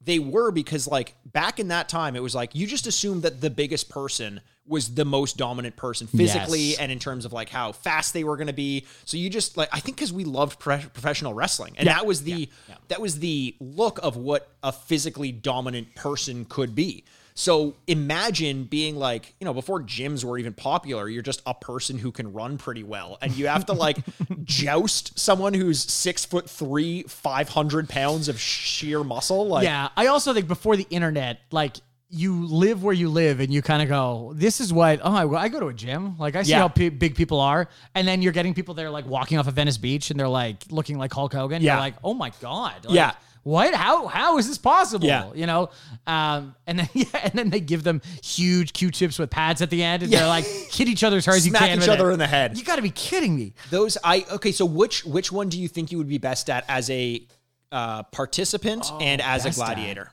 S2: they were because like back in that time, it was like you just assumed that the biggest person was the most dominant person physically
S1: Yes.
S2: and in terms of like how fast they were going to be. So you just like I think because we loved pro- professional wrestling, and that was the that was the look of what a physically dominant person could be. So imagine being like you know before gyms were even popular, you're just a person who can run pretty well, and you have to like joust someone who's six foot three, five hundred pounds of sheer muscle. Like
S1: yeah, I also think before the internet, like you live where you live, and you kind of go, this is what. Oh, I, I go to a gym. Like I see
S2: Yeah.
S1: how p- big people are, and then you're getting people that are like walking off of Venice Beach, and they're like looking like Hulk Hogan.
S2: Yeah.
S1: You're like, oh my god. Like,
S2: Yeah.
S1: What? How? How is this possible?
S2: Yeah.
S1: You know. Um. And then yeah, and then they give them huge Q-tips with pads at the end, and they're like hit each other as hard as you
S2: Smack
S1: can.
S2: each
S1: with it.
S2: other in the head.
S1: You got to be kidding me.
S2: Those I okay. So which which one do you think you would be best at as a uh, participant and as
S1: Oh,
S2: a
S1: best at.
S2: gladiator?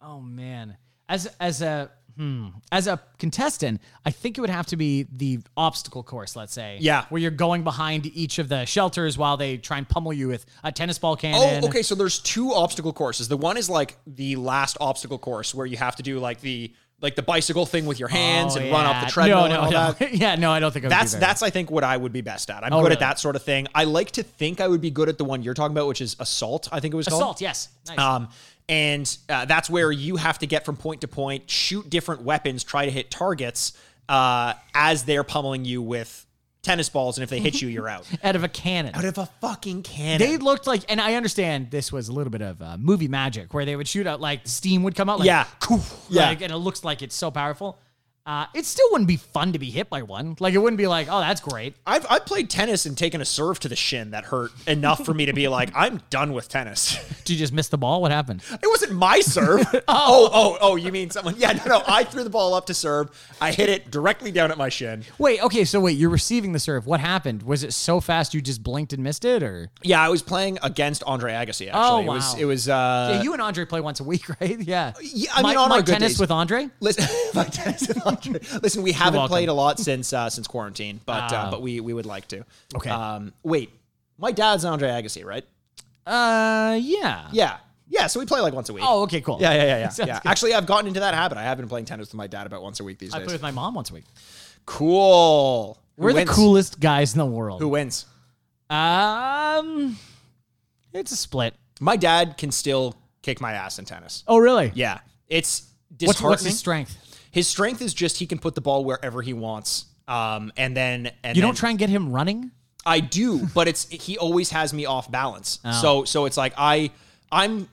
S1: Oh man, as as a hmm, as a contestant, I think it would have to be the obstacle course. Let's say,
S2: Yeah.
S1: where you're going behind each of the shelters while they try and pummel you with a tennis ball
S2: Oh,
S1: cannon.
S2: okay. So there's two obstacle courses. The one is like the last obstacle course where you have to do like the like the bicycle thing with your hands
S1: Oh,
S2: and run
S1: yeah.
S2: off the treadmill
S1: No,
S2: and
S1: no,
S2: all
S1: no.
S2: that.
S1: yeah, no, I don't think I would do
S2: That's
S1: very
S2: that's I think what I would be best at. I'm good at
S1: Oh, really?
S2: that sort of thing. I like to think I would be good at the one you're talking about, which is assault. I think it was
S1: well.
S2: called
S1: assault. Yes, nice.
S2: Um, and uh, that's where you have to get from point to point, shoot different weapons, try to hit targets uh, as they're pummeling you with tennis balls, and if they hit you, you're out.
S1: out of a cannon.
S2: Out of a fucking cannon.
S1: They looked like, and I understand this was a little bit of uh, movie magic where they would shoot out like steam would come out, like,
S2: yeah, yeah.
S1: like, and it looks like it's so powerful. Uh, it still wouldn't be fun to be hit by one. Like it wouldn't be like, oh, that's great.
S2: I've I played tennis and taken a serve to the shin that hurt enough for me to be like, I'm done with tennis.
S1: Did you just miss the ball? What happened?
S2: It wasn't my serve. oh. oh, oh, you mean someone? Yeah, no, no. I threw the ball up to serve. I hit it directly down at my shin.
S1: Wait, okay, so wait, you're receiving the serve. What happened? Was it so fast you just blinked and missed it or
S2: Yeah, I was playing against Andre Agassi. Actually,
S1: Oh,
S2: it was
S1: wow.
S2: it was. Uh,
S1: Yeah, you and Andre play once a week, right? Yeah.
S2: Yeah, I
S1: my,
S2: mean, on
S1: my
S2: our good
S1: tennis
S2: days.
S1: with Andre?
S2: Listen, my tennis and laundry. Listen, we haven't
S1: welcome. Ah.
S2: played a lot since uh, since quarantine, but uh, but we we would like to.
S1: Okay.
S2: Um, wait, my dad's Andre Agassi, right?
S1: Uh yeah.
S2: Yeah, yeah. So we play like once a week.
S1: Oh, okay, cool.
S2: yeah, yeah, yeah, yeah.
S1: Sounds
S2: yeah.
S1: good.
S2: Actually, I've gotten into that habit. I have been playing tennis with my dad about once a week these
S1: I
S2: days.
S1: play with my mom once a week.
S2: cool. Who
S1: We're the
S2: wins?
S1: coolest guys in the world.
S2: Who wins?
S1: Um It's a split.
S2: My dad can still kick my ass in tennis.
S1: Oh really?
S2: Yeah, it's
S1: What's,
S2: disheartening.
S1: what's his strength?
S2: His strength is just he can put the ball wherever he wants. Um, and then and
S1: You
S2: then,
S1: don't try and get him running?
S2: I do, but it's he always has me off balance.
S1: Oh.
S2: So so it's like I I'm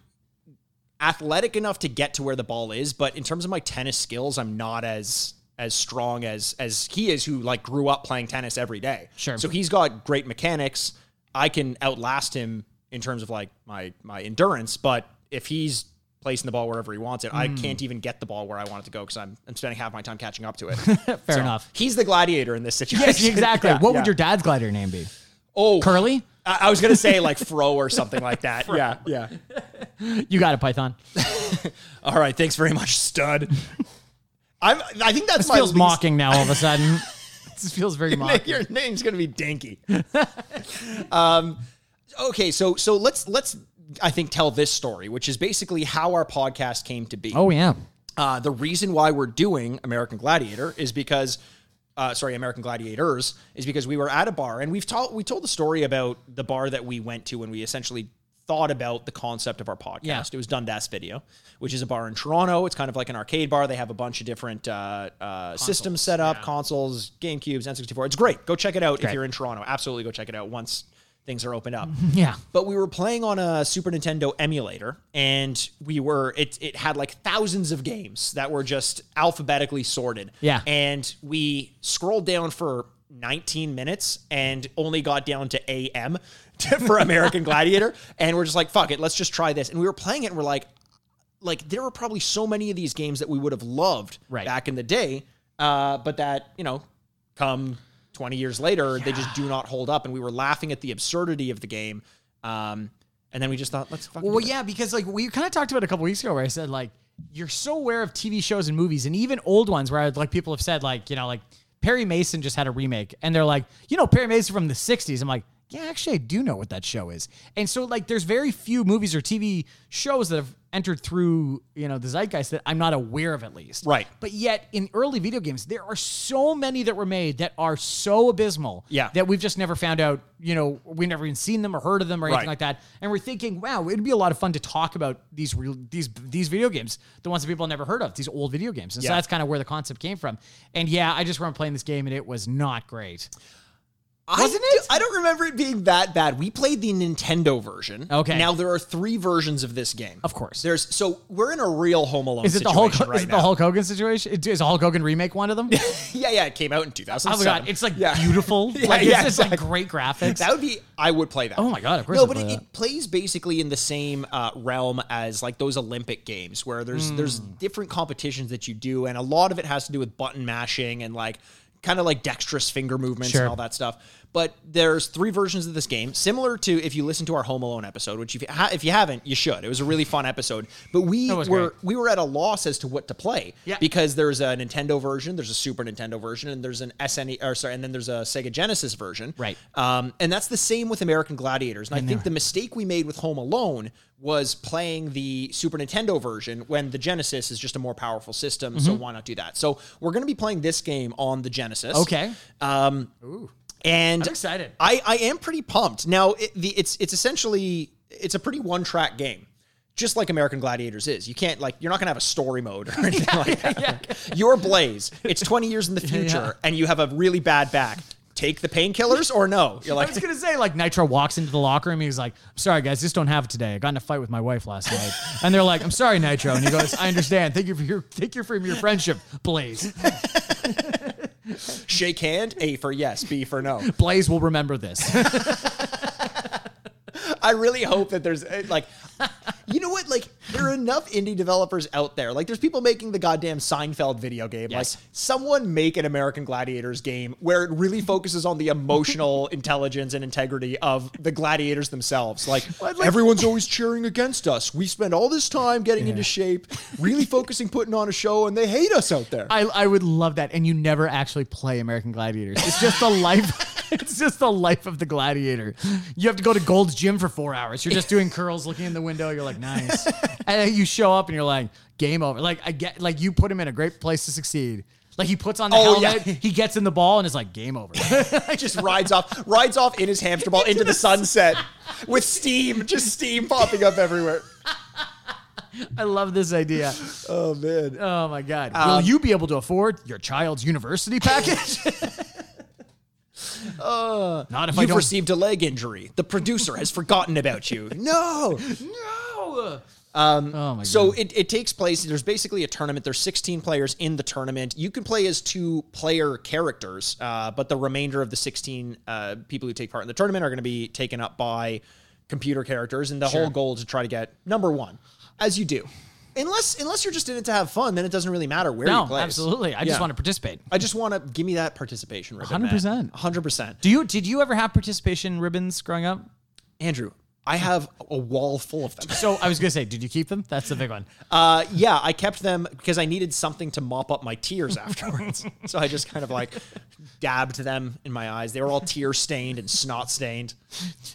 S2: athletic enough to get to where the ball is, but in terms of my tennis skills, I'm not as as strong as as he is who like grew up playing tennis every day.
S1: Sure.
S2: So he's got great mechanics. I can outlast him in terms of like my my endurance. But if he's placing the ball wherever he wants it, I
S1: Hmm.
S2: can't even get the ball where I want it to go because I'm I'm spending half my time catching up to it. Fair
S1: Fair enough.
S2: He's the gladiator in this situation.
S1: Yes, exactly.
S2: Yeah,
S1: what
S2: yeah.
S1: would your dad's glider name be?
S2: oh
S1: Curly?
S2: I, I was gonna say like Fro or something like that. yeah, yeah.
S1: You got it, Python.
S2: All right, thanks very much, stud. I'm. I think that's
S1: This
S2: my
S1: feels
S2: least-
S1: mocking now all of a sudden. this feels very mocking.
S2: Your name's gonna be Dinky. um, okay, so so let's let's I think tell this story, which is basically how our podcast came to be.
S1: Oh yeah.
S2: Uh, the reason why we're doing American Gladiator is because, uh, sorry, American Gladiators is because we were at a bar and we've told we told the story about the bar that we went to when we essentially thought about the concept of our podcast.
S1: Yeah.
S2: It was Dundas Video, which is a bar in Toronto. It's kind of like an arcade bar. They have a bunch of different uh, uh, systems set up, consoles, Game Cubes, N64. It's great. Go check it out if
S1: Great.
S2: you're in Toronto. Absolutely, go check it out once things are opened up
S1: Yeah.
S2: but we were playing on a Super Nintendo emulator, and we were it it had like thousands of games that were just alphabetically sorted.
S1: Yeah.
S2: and we scrolled down for 19 minutes and only got down to AM to- for American Gladiator, and we're just like, fuck it, let's just try this. And we were playing it, and we're like, like there were probably so many of these games that we would have loved
S1: Right.
S2: back in the day, uh, but that you know come 20 years later, they just do not hold up. And we were laughing at the absurdity of the game. Um, and then we just thought, let's fucking.
S1: Well,
S2: do it.
S1: yeah, because like we kind of talked about it a couple weeks ago, where I said like you're so aware of TV shows and movies, and even old ones, where I'd, like people have said like you know like Perry Mason just had a remake, and they're like you know Perry Mason from the '60s. I'm like. Yeah, actually, I do know what that show is, and so like, there's very few movies or TV shows that have entered through you know the zeitgeist that I'm not aware of at least.
S2: Right.
S1: But yet, in early video games, there are so many that were made that are so abysmal.
S2: Yeah.
S1: That we've just never found out. You know, we've never even seen them or heard of them or anything
S2: Right.
S1: like that. And we're thinking, wow, it'd be a lot of fun to talk about these real these these video games, the ones that people never heard of, these old video games. And so
S2: Yeah.
S1: that's kind of where the concept came from. And yeah, I just remember playing this game and it was not great.
S2: Wasn't it? I don't remember it being that bad. We played the Nintendo version.
S1: Okay.
S2: Now there are three versions of this game.
S1: Of course.
S2: There's so we're in a real Home Alone.
S1: Is it the Hulk?
S2: situation Right
S1: is it
S2: now.
S1: the Hulk Hogan situation? Is the Hulk Hogan remake one of them?
S2: Yeah, yeah. It came out in
S1: oh
S2: 2007.
S1: my god, it's like
S2: Yeah.
S1: beautiful.
S2: Yeah,
S1: like
S2: yeah,
S1: it's just like great graphics.
S2: That would be. I would play that.
S1: Oh my God, of course
S2: No,
S1: I'd
S2: but
S1: play
S2: it,
S1: that.
S2: it plays basically in the same uh, realm as like those Olympic games where
S1: Hmm.
S2: there's there's different competitions that you do, and a lot of it has to do with button mashing and like kind of like dexterous finger movements
S1: Sure.
S2: and all that stuff. But there's three versions of this game, similar to if you listen to our Home Alone episode, which if you, ha- if you haven't, you should. It was a really fun episode. But we were
S1: was great.
S2: we were at a loss as to what to play
S1: Yeah.
S2: because there's a Nintendo version, there's a Super Nintendo version, and there's an SNE or sorry, and then there's a Sega Genesis version.
S1: Right.
S2: Um, and that's the same with American Gladiators. And I think the mistake we made with Home Alone was playing the Super Nintendo version when the Genesis is just a more powerful system. So why not do that? So we're going to be playing this game on the Genesis.
S1: okay.
S2: Um, And
S1: I'm excited.
S2: I, I am pretty pumped. Now it, the, it's it's essentially it's a pretty one track game, just like American Gladiators is. You can't like you're not gonna have a story mode or anything like that. Your Blaze. It's 20 years in the future, and you have a really bad back. Take the painkillers or no? You're
S1: I
S2: like
S1: was gonna say, like Nitro walks into the locker room. He's like, "I'm sorry, guys, just don't have it today. I got in a fight with my wife last night." And they're like, "I'm sorry, Nitro." And he goes, "I understand. Thank you for your thank you for your friendship, Blaze.
S2: shake hand. A for yes, B for no.
S1: Blaze will remember this."
S2: I really hope that there's uh, like, you know what? Like, there are enough indie developers out there. Like, there's people making the goddamn Seinfeld video game.
S1: Yes.
S2: Like, someone make an American Gladiators game where it really focuses on the emotional intelligence and integrity of the gladiators themselves. Like, everyone's always cheering against us. We spend all this time getting into shape, really focusing, putting on a show, and they hate us out there.
S1: I, I would love that. And you never actually play American Gladiators. It's just the life. It's just the life of the gladiator. You have to go to Gold's Gym for four hours. You're just doing curls, looking in the window. You're like, nice. And then you show up and you're like, game over. Like I get, like you put him in a great place to succeed. Like he puts on the
S2: Oh,
S1: helmet,
S2: yeah.
S1: he gets in the ball, and it's like game over.
S2: just rides off, rides off in his hamster ball into the sunset with steam, just steam popping up everywhere.
S1: I love this idea.
S2: Oh man. Um,
S1: Oh my god! Will you be able to afford your child's university package? Not if I
S2: Uh, You've
S1: don't
S2: received a leg injury. The producer has forgotten about you. No.
S1: No. oh my
S2: So it, it takes place. There's basically a tournament. There's 16 players in the tournament. You can play as two player characters, uh, but the remainder of the 16 uh, people who take part in the tournament are going to be taken up by computer characters, and the whole goal is to try to get number one, as you do. Unless unless you're just in it to have fun, then it doesn't really matter where you
S1: No,
S2: play.
S1: absolutely. I
S2: Yeah.
S1: just want to participate.
S2: I just want to give me that participation ribbon.
S1: 100%.
S2: Hundred percent.
S1: Do you? Did you ever have participation ribbons growing up?
S2: Andrew, I have a wall full of them.
S1: So I was gonna say, did you keep them? That's the big one.
S2: Uh, yeah, I kept them because I needed something to mop up my tears afterwards. so I just kind of like dabbed them in my eyes. They were all tear stained and snot stained.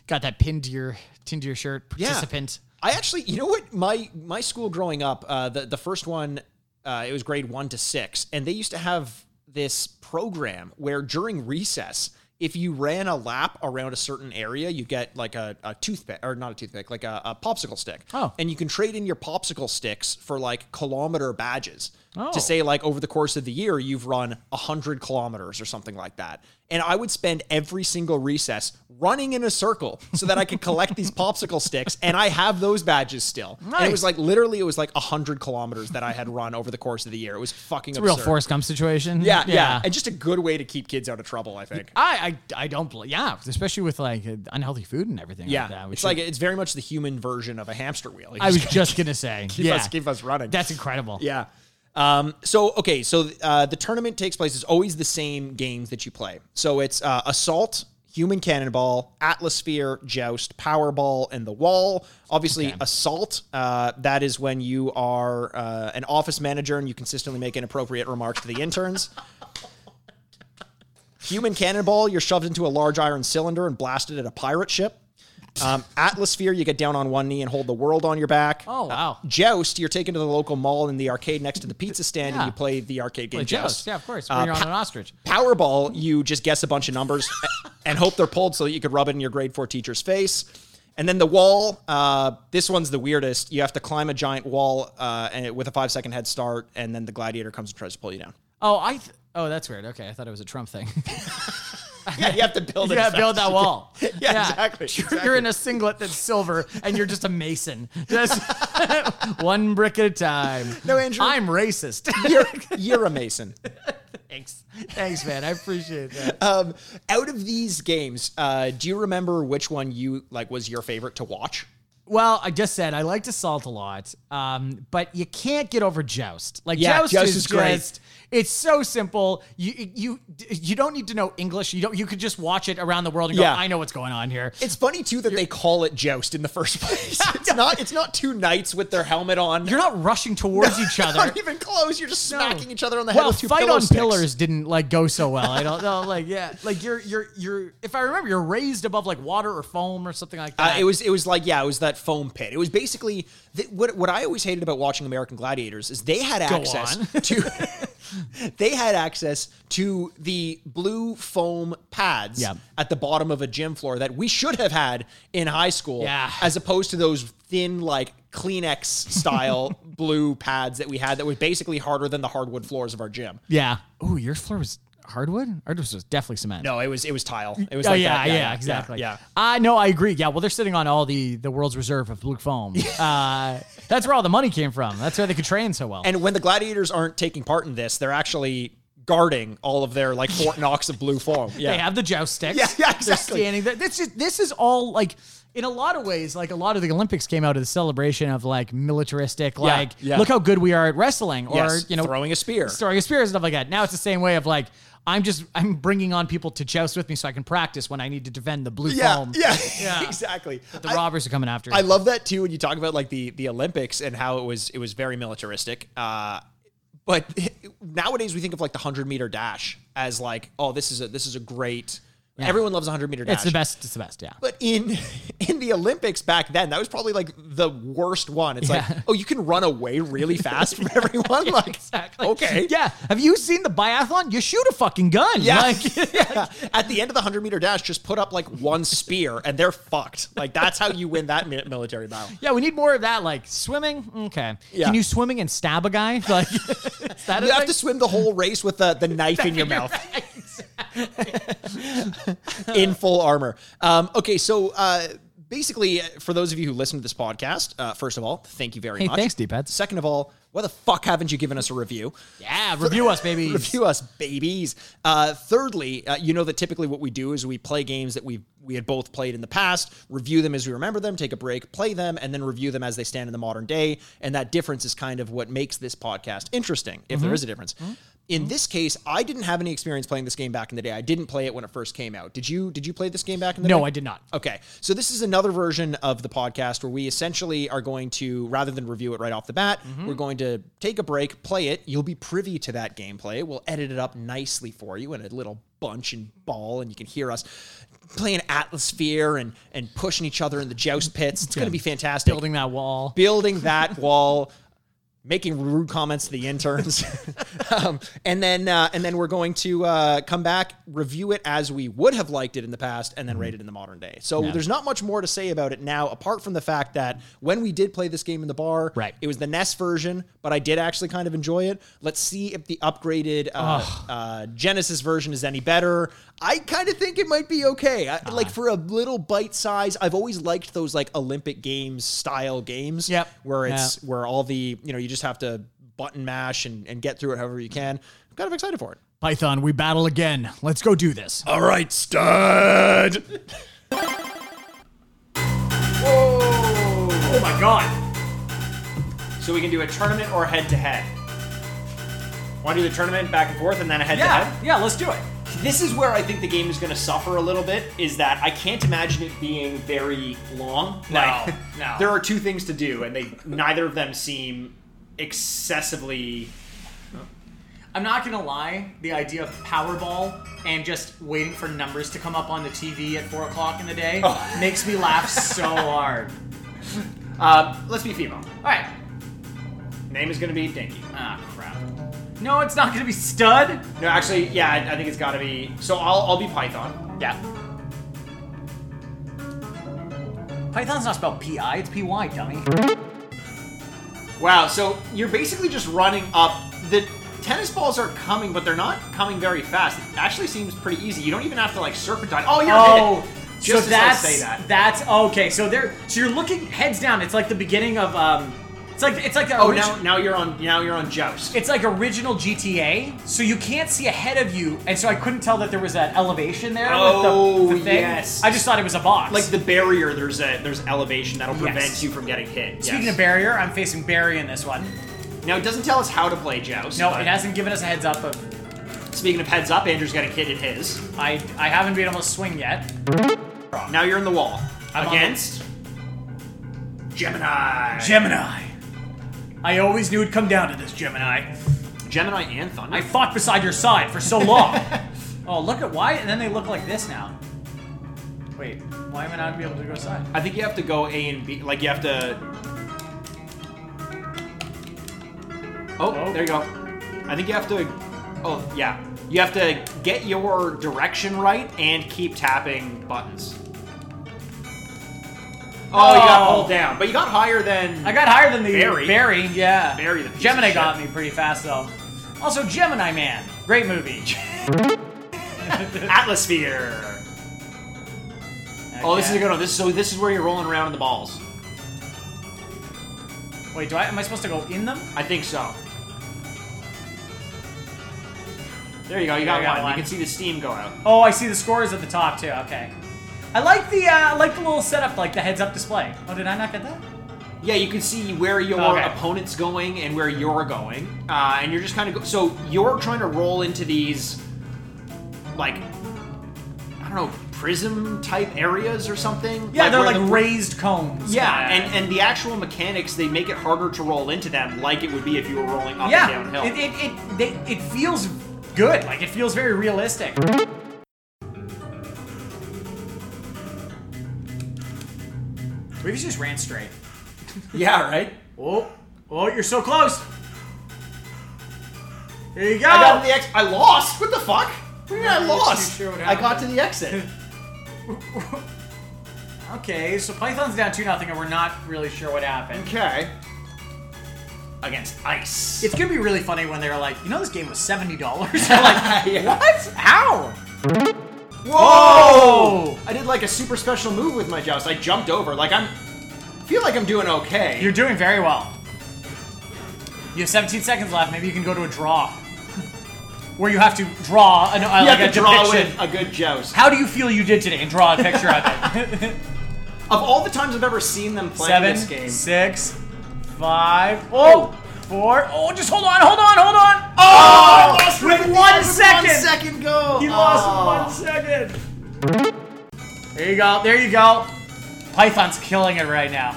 S1: Got that pinned to your pinned to your shirt.
S2: Yeah.
S1: Participant.
S2: I actually, you know what, my my school growing up, uh, the the first one, uh, it was grade one to six, and they used to have this program where during recess, if you ran a lap around a certain area, you get like a, a toothpick or not a toothpick, like a, a popsicle stick.
S1: Oh.
S2: and you can trade in your popsicle sticks for like kilometer badges.
S1: Oh.
S2: To say like over the course of the year you've run 100 kilometers or something like that and i would spend every single recess running in a circle so that i could collect these popsicle sticks and i have those badges still and it was
S1: Nice.
S2: like literally it was like 100 kilometers that i had run over the course of the year it was fucking
S1: Real
S2: absurd.
S1: Forrest Gump situation.
S2: yeah, yeah and just a good way to keep kids out of trouble i think
S1: I, I I don't believe. Yeah, especially with like unhealthy food and everything.
S2: yeah
S1: like that. We
S2: it's
S1: should-
S2: like it's very much the human version of a hamster wheel You
S1: I
S2: just
S1: was just gonna say.
S2: keep
S1: yeah,
S2: us keep us running
S1: that's incredible.
S2: Yeah. Um, so okay, so uh, the tournament takes place. It's always the same games that you play. So it's uh, assault, human cannonball, atmosphere, joust, powerball, and the wall. Obviously, assault. Uh, that is when you are uh, an office manager and you consistently make inappropriate remarks to the interns. Human cannonball, you're shoved into a large iron cylinder and blasted at a pirate ship. Um, atmosphere, you get down on one knee and hold the world on your back.
S1: Oh wow.
S2: Joust, you're taken to the local mall in the arcade next to the pizza stand,
S1: Yeah.
S2: and you play the arcade game
S1: Like
S2: Joust. Uh,
S1: Joust. Yeah, of course. When you're on an ostrich.
S2: Powerball, you just guess a bunch of numbers and hope they're pulled so that you could rub it in your grade four teacher's face. And then the wall. Uh, this one's the weirdest. You have to climb a giant wall uh, and it, with a five second head start, and then the gladiator comes and tries to pull you down.
S1: Oh, I. Th- oh, that's weird. Okay, I thought it was a Trump thing.
S2: Yeah, you have to build it.
S1: yeah,
S2: as fast
S1: build
S2: as
S1: that
S2: you
S1: wall. yeah,
S2: exactly,
S1: You're, you're in a singlet that's silver, and you're just a mason. Just one brick at a time.
S2: No, Andrew.
S1: I'm racist.
S2: can. You're, you're a mason.
S1: Thanks, thanks, man. I appreciate that.
S2: Um, out of these games, uh, do you remember which one you like was your favorite to watch?
S1: Well, I just said I liked Assault a lot, um, but you can't get over Joust. Like
S2: Yeah,
S1: Joust,
S2: Joust
S1: is,
S2: is great.
S1: just it's so simple. You you you don't need to know English. You don't. You could just watch it around the world and
S2: Yeah.
S1: go, I know what's going on here.
S2: It's funny too that they call it joust in the first place. It's not. It's not two knights with their helmet on.
S1: You're not rushing towards each other.
S2: not even close. You're just
S1: No.
S2: smacking each other on the head
S1: well,
S2: with two
S1: fight
S2: pillow
S1: on
S2: sticks.
S1: pillars didn't like go so well. I don't know. Like yeah, like you're you're you're. If I remember, you're raised above like water or foam or something like
S2: Uh,
S1: that.
S2: it was it was like yeah, it was that foam pit. It was basically th- what what I always hated about watching American Gladiators is they had access
S1: on.
S2: to they had access to the blue foam pads
S1: Yeah.
S2: at the bottom of a gym floor that we should have had in high school,
S1: Yeah.
S2: as opposed to those thin like Kleenex style blue pads that we had that were basically harder than the hardwood floors of our gym.
S1: yeah. Ooh, your floor was hardwood. Ours was definitely cement.
S2: No, it was it was tile. It was
S1: Oh
S2: like
S1: yeah,
S2: that.
S1: yeah, exactly.
S2: Yeah.
S1: I know. I agree. Yeah. Well, they're sitting on all the the world's reserve of blue foam. uh, that's where all the money came from. That's where they could train so well.
S2: And when the gladiators aren't taking part in this, they're actually guarding all of their like Fort Knox of blue foam. Yeah.
S1: They have the joust sticks.
S2: Yeah, yeah,
S1: They're
S2: exactly.
S1: standing there. This is this is all like in a lot of ways, like a lot of the Olympics came out of the celebration of like militaristic, like
S2: yeah.
S1: look how good we are at wrestling, or
S2: Yes,
S1: you know,
S2: throwing a spear.
S1: throwing a spear and stuff like that. Now it's the same way of like. I'm just I'm bringing on people to joust with me so I can practice when I need to defend the blue
S2: yeah,
S1: foam.
S2: yeah,
S1: Yeah.
S2: exactly.
S1: The
S2: I-
S1: robbers are coming after.
S2: I love that too when you talk about like the the Olympics and how it was it was very militaristic. Uh, but nowadays we think of like the hundred meter dash as like oh this is a this is a great everyone loves a hundred meter dash.
S1: it's the best. It's the best. Yeah.
S2: But in in the Olympics back then, that was probably like the worst one. It's
S1: Yeah.
S2: like, oh, you can run away really fast from everyone. Like,
S1: Exactly.
S2: okay,
S1: Yeah. Have you seen the biathlon? You shoot a fucking gun.
S2: Yeah.
S1: Like,
S2: Yeah. At the end of the 100 meter dash, just put up like one spear and they're fucked. Like, that's how you win that mi- military battle.
S1: yeah, we need more of that. Like swimming. Okay.
S2: Yeah.
S1: Can you swimming and stab a guy? Like, is that
S2: You
S1: a
S2: have
S1: thing?
S2: to swim the whole race with the, the knife in your mouth in full armor. Um, okay, so uh, basically, uh, for those of you who listen to this podcast, uh, first of all, thank you very
S5: Hey,
S2: much.
S5: thanks, D-pads.
S2: Second of all, why the fuck haven't you given us a review?
S5: Yeah, review us, baby.
S2: Review us, babies. Uh, thirdly, uh, you know that typically what we do is we play games that we we had both played in the past, review them as we remember them, take a break, play them, and then review them as they stand in the modern day. And that difference is kind of what makes this podcast interesting, if
S5: Mm-hmm.
S2: there is a difference. In this case, I didn't have any experience playing this game back in the day. I didn't play it when it first came out. Did you? Did you play this game back in the day?
S5: No, I did not.
S2: Okay. So this is another version of the podcast where we essentially are going to, rather than review it right off the bat, we're going to take a break, play it. You'll be privy to that gameplay. We'll edit it up nicely for you in a little bunch and ball, and you can hear us playing Atmosphere and and pushing each other in the joust pits. It's going to be fantastic.
S5: Building that wall.
S2: building that wall. Making rude comments to the interns, um, and then uh, and then we're going to uh, come back, review it as we would have liked it in the past, and
S5: Mm-hmm.
S2: then rate it in the modern day. So there's not much more to say about it now, apart from the fact that when we did play this game in the bar,
S5: Right.
S2: it was the NES version, but I did actually kind of enjoy it. Let's see if the upgraded uh, uh, Genesis version is any better. I kind of think it might be okay.
S5: Ah.
S2: I, Like for a little bite size, I've always liked those like Olympic Games style games
S5: Yep.
S2: where it's where all the you know you just have to button mash and, and get through it however you can. I'm kind of excited for it.
S5: Python, we battle again. Let's go do this.
S3: All right, stud.
S5: Oh my god.
S2: So we can do a tournament or head to head. Want to do the tournament back and forth and then a head
S5: yeah, let's do it.
S2: This is where I think the game is going to suffer a little bit. Is that I can't imagine it being very long. No,
S1: no.
S2: There are two things to do, and they neither of them seem excessively.
S1: I'm not gonna lie, the idea of Powerball and just waiting for numbers to come up on the TV at four o'clock in the day
S2: Oh.
S1: makes me laugh so hard.
S2: Uh, let's be female.
S1: All right,
S2: Name is going to be Dinky.
S1: ah crap. No, it's not gonna be Stud.
S2: No, actually, yeah, I, I think it's got to be. So I'll I'll be Python.
S1: Yeah. Python's not spelled P-I, it's P-Y, dummy.
S2: Wow. So you're basically just running up the. Tennis balls are coming, but they're not coming very fast. It actually seems pretty easy. You don't even have to like serpentine. Oh, you're
S1: Oh,
S2: hit it.
S1: so
S2: Just as I
S1: that's
S2: say that.
S1: that's okay. So there, so you're looking heads down. It's like the beginning of um, it's like it's like the
S2: Oh,
S1: origi-
S2: now now you're on now you're on joust.
S1: It's like original GTA, so you can't see ahead of you, and so I couldn't tell that there was an elevation there.
S2: Oh,
S1: with the, the thing.
S2: yes.
S1: I just thought it was a box.
S2: like the barrier there's a there's elevation that'll prevent
S1: Yes.
S2: you from getting hit
S1: speaking
S2: yes.
S1: of barrier, I'm facing Barry in this one.
S2: now it doesn't tell us how to play joust
S1: No,
S2: but
S1: it hasn't given us a heads up of.
S2: speaking of heads up andrew's got a kid in his
S1: I I haven't been able to swing yet.
S2: now you're in the wall
S1: I'm on the-
S2: against gemini
S1: Gemini. I always knew it'd come down to this, Gemini.
S2: gemini and thunder
S1: I fought beside your side for so long. oh, look at why, and then they look like this now. Wait, why am I not gonna be able to go side?
S2: I think you have to go a and b like you have to oh,
S1: Oh.
S2: there you go i think you have to oh yeah you have to get your direction right and keep tapping buttons oh, you got
S1: Oh.
S2: pulled down but you got higher than
S1: I got higher than the
S2: Barry.
S1: Barry, yeah.
S2: Barry the piece
S1: Gemini
S2: of shit.
S1: got me pretty fast though. Also, Gemini Man, great movie.
S2: Atlasphere. Oh, this is a good one. This so this is where you're rolling around in the balls.
S1: Wait, do I? Am I supposed to go in them?
S2: I think so. There you go. You got,
S1: I got
S2: one.
S1: one.
S2: You can see the steam go out.
S1: Oh, I see the scores at the top too. Okay. I like the uh, I like the little setup, like the heads-up display. Oh, did I not get that?
S2: Yeah, you can see where your
S1: Okay.
S2: opponent's going and where you're going, uh, and you're just kind of go- so you're trying to roll into these like I don't know prism type areas or something.
S1: Yeah, they're
S2: where
S1: like
S2: the-
S1: raised cones.
S2: Yeah, and, and the actual mechanics they make it harder to roll into them, like it would be if you were rolling up
S1: yeah,
S2: and downhill.
S1: it it it, they, it feels good. Like it feels very realistic. We just ran straight.
S2: yeah, right.
S1: Oh, oh, you're so close. There you go.
S2: I got to the exit. I lost. What the fuck? What do you mean I
S1: Uh, Yeah,
S2: lost?
S1: you sure what
S2: I got to the exit.
S1: okay, so Python's down 2 nothing, and we're not really sure what happened.
S2: okay. Against ice.
S1: It's going to be really funny when they're like, you know, this game was $70? You're like,
S2: Yeah.
S1: what? How?
S2: Whoa! I did did like a super special move with my joust. I jumped over. Like I'm feel like I'm doing okay.
S6: You're doing very well. You have 17 seconds left. Maybe you can go to a draw, where you have to draw an, uh,
S2: you
S6: like
S2: have
S6: a
S2: to draw
S6: depiction.
S2: with a good joust.
S6: How do you feel you did today? And draw a picture of it.
S2: Of all the times I've ever seen them play
S6: Seven,
S2: this game,
S6: six, five. Oh, four. Oh, just hold on, hold on, hold on. Oh, I lost with one second. Oh.
S2: One second Oh. go.
S6: He lost one second. There you go. There you go. Python's killing it right now.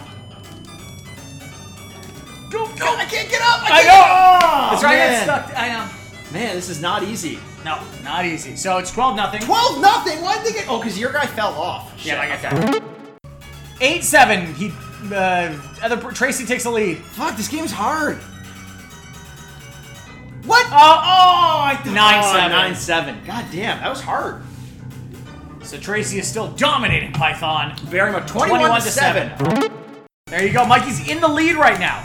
S6: Go, go! I can't get up. I,
S2: can't
S6: know. That's right.
S2: man.
S6: I got stuck. I know.
S2: Man, this is not easy.
S6: No, not easy. So it's twelve nothing.
S2: Twelve nothing. Why did they get? Oh, because your guy fell off. Shit.
S6: Yeah, I got that. Eight seven. He, uh, other Tracy takes the lead.
S2: Fuck, this game's hard. What?
S6: Oh, oh! I th- nine
S2: Oh,
S6: seven.
S2: nine seven. God damn, that was hard.
S6: So Tracy is still dominating Python.
S2: Very much.
S6: 21, to 7. There you go. Mikey's in the lead right now.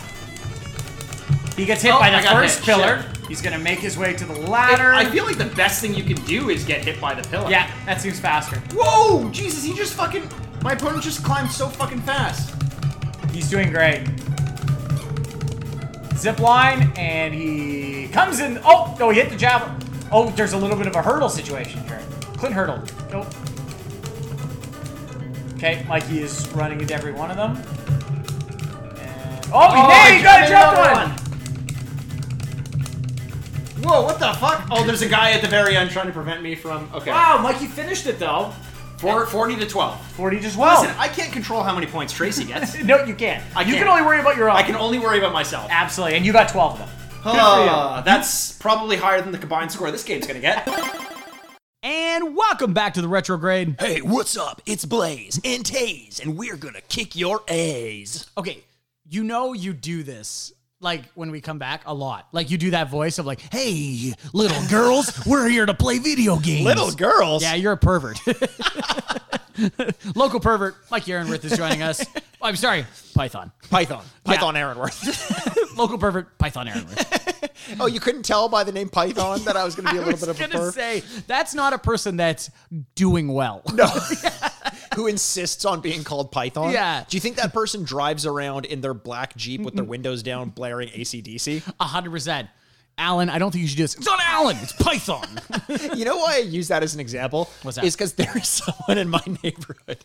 S6: He gets hit
S2: Oh,
S6: by
S2: I
S6: the
S2: got
S6: first
S2: hit.
S6: pillar.
S2: Shit.
S6: He's going to make his way to the
S2: It-
S6: ladder.
S2: I feel like the best thing you can do is get hit by the pillar.
S6: yeah, that seems faster.
S2: Whoa! Jesus, he just fucking. My opponent just climbed so fucking fast.
S6: He's doing great. Zip line, and he comes in. Oh, no, he hit the javelin. Oh, there's a little bit of a hurdle situation here. Clint hurdle. Nope. Okay, Mikey is running into every one of them. And- oh, he, there
S2: I
S6: he got a
S2: jumped
S6: jump
S2: another
S6: one.
S2: Whoa! What the fuck? Oh, there's a guy at the very end trying to prevent me from. Okay.
S1: Ah.
S6: Wow, Mikey finished it though.
S2: Four, Forty to twelve.
S6: 40 just well.
S2: Listen, I can't control how many points Tracy gets.
S6: no, you can't.
S2: I
S6: you can
S2: can't.
S6: only worry about your own.
S2: I can only worry about myself.
S6: Absolutely. And you got 12 of them.
S2: Ah, that's probably higher than the combined score this game's gonna get.
S1: And welcome back to the retrograde.
S3: Hey, what's up? It's Blaze and Taze, and we're gonna kick your A's.
S1: Okay, you know you do this like when we come back a lot. Like you do that voice of like, "Hey, little girls, we're here to play video games."
S2: girls.
S1: Yeah, you're a pervert. Local pervert Mike Aaronworth is joining us. Oh, I'm sorry, Python.
S2: Python. Python Aaronworth.
S1: Local pervert Python Aaronworth.
S2: oh, you couldn't tell by the name Python that I was gonna be a
S1: I was gonna say that's not a person that's doing well.
S2: who insists on being called Python.
S1: Yeah.
S2: Do you think that person drives around in their black Jeep with their windows down blaring ACDC?
S1: A hundred percent. Alan, I don't think you should do this. It's not Alan. It's Python.
S2: You know why I use that as an example?
S1: What's that?
S2: Is because there is someone in my neighborhood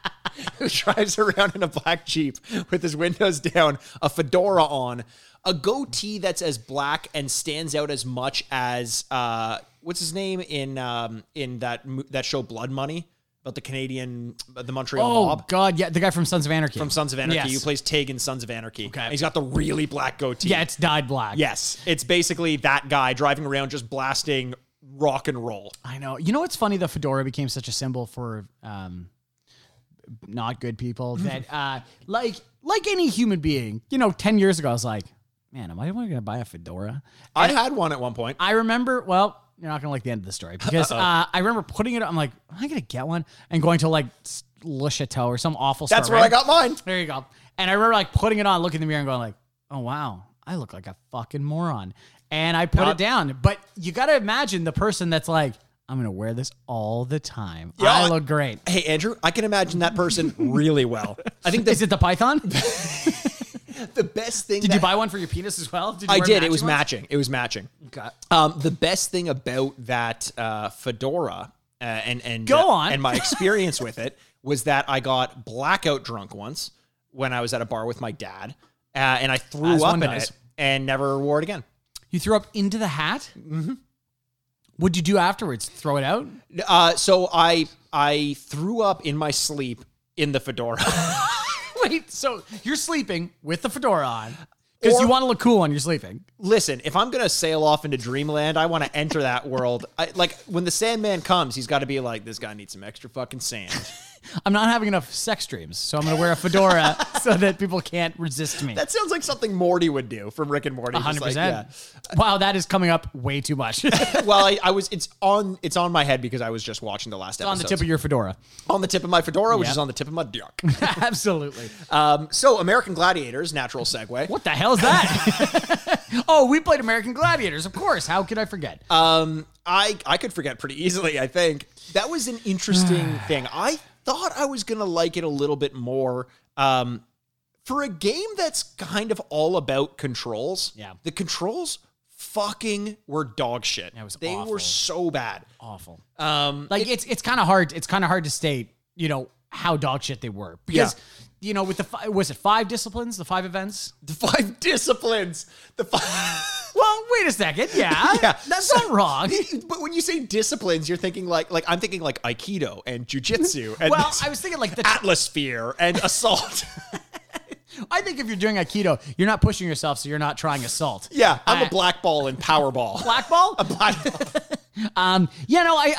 S2: who drives around in a black Jeep with his windows down, a fedora on, a goatee that's as black and stands out as much as uh, what's his name in um, in that mo- that show Blood Money about the Canadian the Montreal
S1: Oh
S2: mob.
S1: God, yeah, the guy from Sons of Anarchy.
S2: From Sons of Anarchy,
S1: Yes.
S2: who plays Tig in Sons of Anarchy.
S1: Okay.
S2: And he's got the really black goatee.
S1: yeah, it's dyed black.
S2: Yes, it's basically that guy driving around just blasting rock and roll.
S1: I know. You know, it's funny the fedora became such a symbol for um, not good people. That uh, like like any human being, you know, ten years ago, I was like, man, am I going to buy a fedora?
S2: I had one at one point.
S1: I remember. Well, you're not going to like the end of the story because uh, I remember putting it. I'm like, am I going to get one? And going to like S- Le Chateau or some awful.
S2: That's
S1: store,
S2: where I
S1: right?
S2: got mine.
S1: There you go. And I remember like putting it on, looking in the mirror, and going like, "Oh wow, I look like a fucking moron." And I put it down. But you got to imagine the person that's like, "I'm gonna wear this all the time.
S2: Yeah,
S1: I
S2: I-
S1: look great."
S2: Hey, Andrew, I can imagine that person really well. I think
S1: Is
S2: the,
S1: it the python?
S2: the best thing
S1: Did you
S2: that-
S1: buy one for your penis as well? Did you
S2: I
S1: wear
S2: did. It was
S1: matching ones?
S2: matching. It was matching.
S1: Okay.
S2: Um, the best thing about that uh, fedora uh, and and
S1: Go
S2: uh,
S1: on.
S2: and my experience with it was that I got blackout drunk once when I was at a bar with my dad, uh, and I threw
S1: As
S2: up
S1: one
S2: in
S1: does.
S2: it and never wore it again.
S1: You threw up into the hat. Mm-hmm. What'd you do afterwards? Throw it out?
S2: Uh, so I I threw up in my sleep in the fedora.
S1: Wait. So you're sleeping with the fedora on because
S2: Or-
S1: you want to look cool when you're sleeping.
S2: Listen, if I'm gonna sail off into dreamland, I want to enter that world. I, like when the Sandman comes, he's got to be like, this guy needs some extra fucking sand.
S1: I'm not having enough sex dreams, so I'm gonna wear a fedora so that people can't resist me.
S2: that sounds like something Morty would do from Rick and Morty. Just
S1: hundred
S2: like,
S1: percent. Wow, that is coming up way too much. it's
S2: yeah. Well, I, I was. It's on. It's on my head because I was just watching the last episode.
S1: on the tip of your fedora.
S2: on the tip of my fedora, which
S1: Yep.
S2: is on the tip of my dick.
S1: Absolutely.
S2: um, so American Gladiators, natural segue.
S1: What the hell is that? oh, we played American Gladiators, of course. How could I forget?
S2: Um, I I could forget pretty easily. I think that was an interesting thing. I thought I was gonna like it a little bit more. Um, for a game that's kind of all about controls,
S1: Yeah.
S2: the controls fucking were dog shit.
S1: was
S2: they
S1: awful.
S2: were so bad.
S1: awful.
S2: Um,
S1: Like it's it's kind of hard. It's kind of hard to state. You know how dog shit they were because you know with the fi- was it five disciplines, the five events.
S2: the five disciplines, the five.
S1: Well, wait a second. Yeah,
S2: Yeah.
S1: that's not wrong.
S2: but when you say disciplines, you're thinking like like I'm thinking like aikido and jujitsu and
S1: Well,
S2: this
S1: I was thinking like the.
S2: atmosphere and assault.
S1: I think if you're doing aikido, you're not pushing yourself, so you're not trying assault.
S2: yeah, I'm
S1: I-
S2: a black ball and powerball.
S1: black ball.
S2: black ball.
S1: Um, yeah, no, I,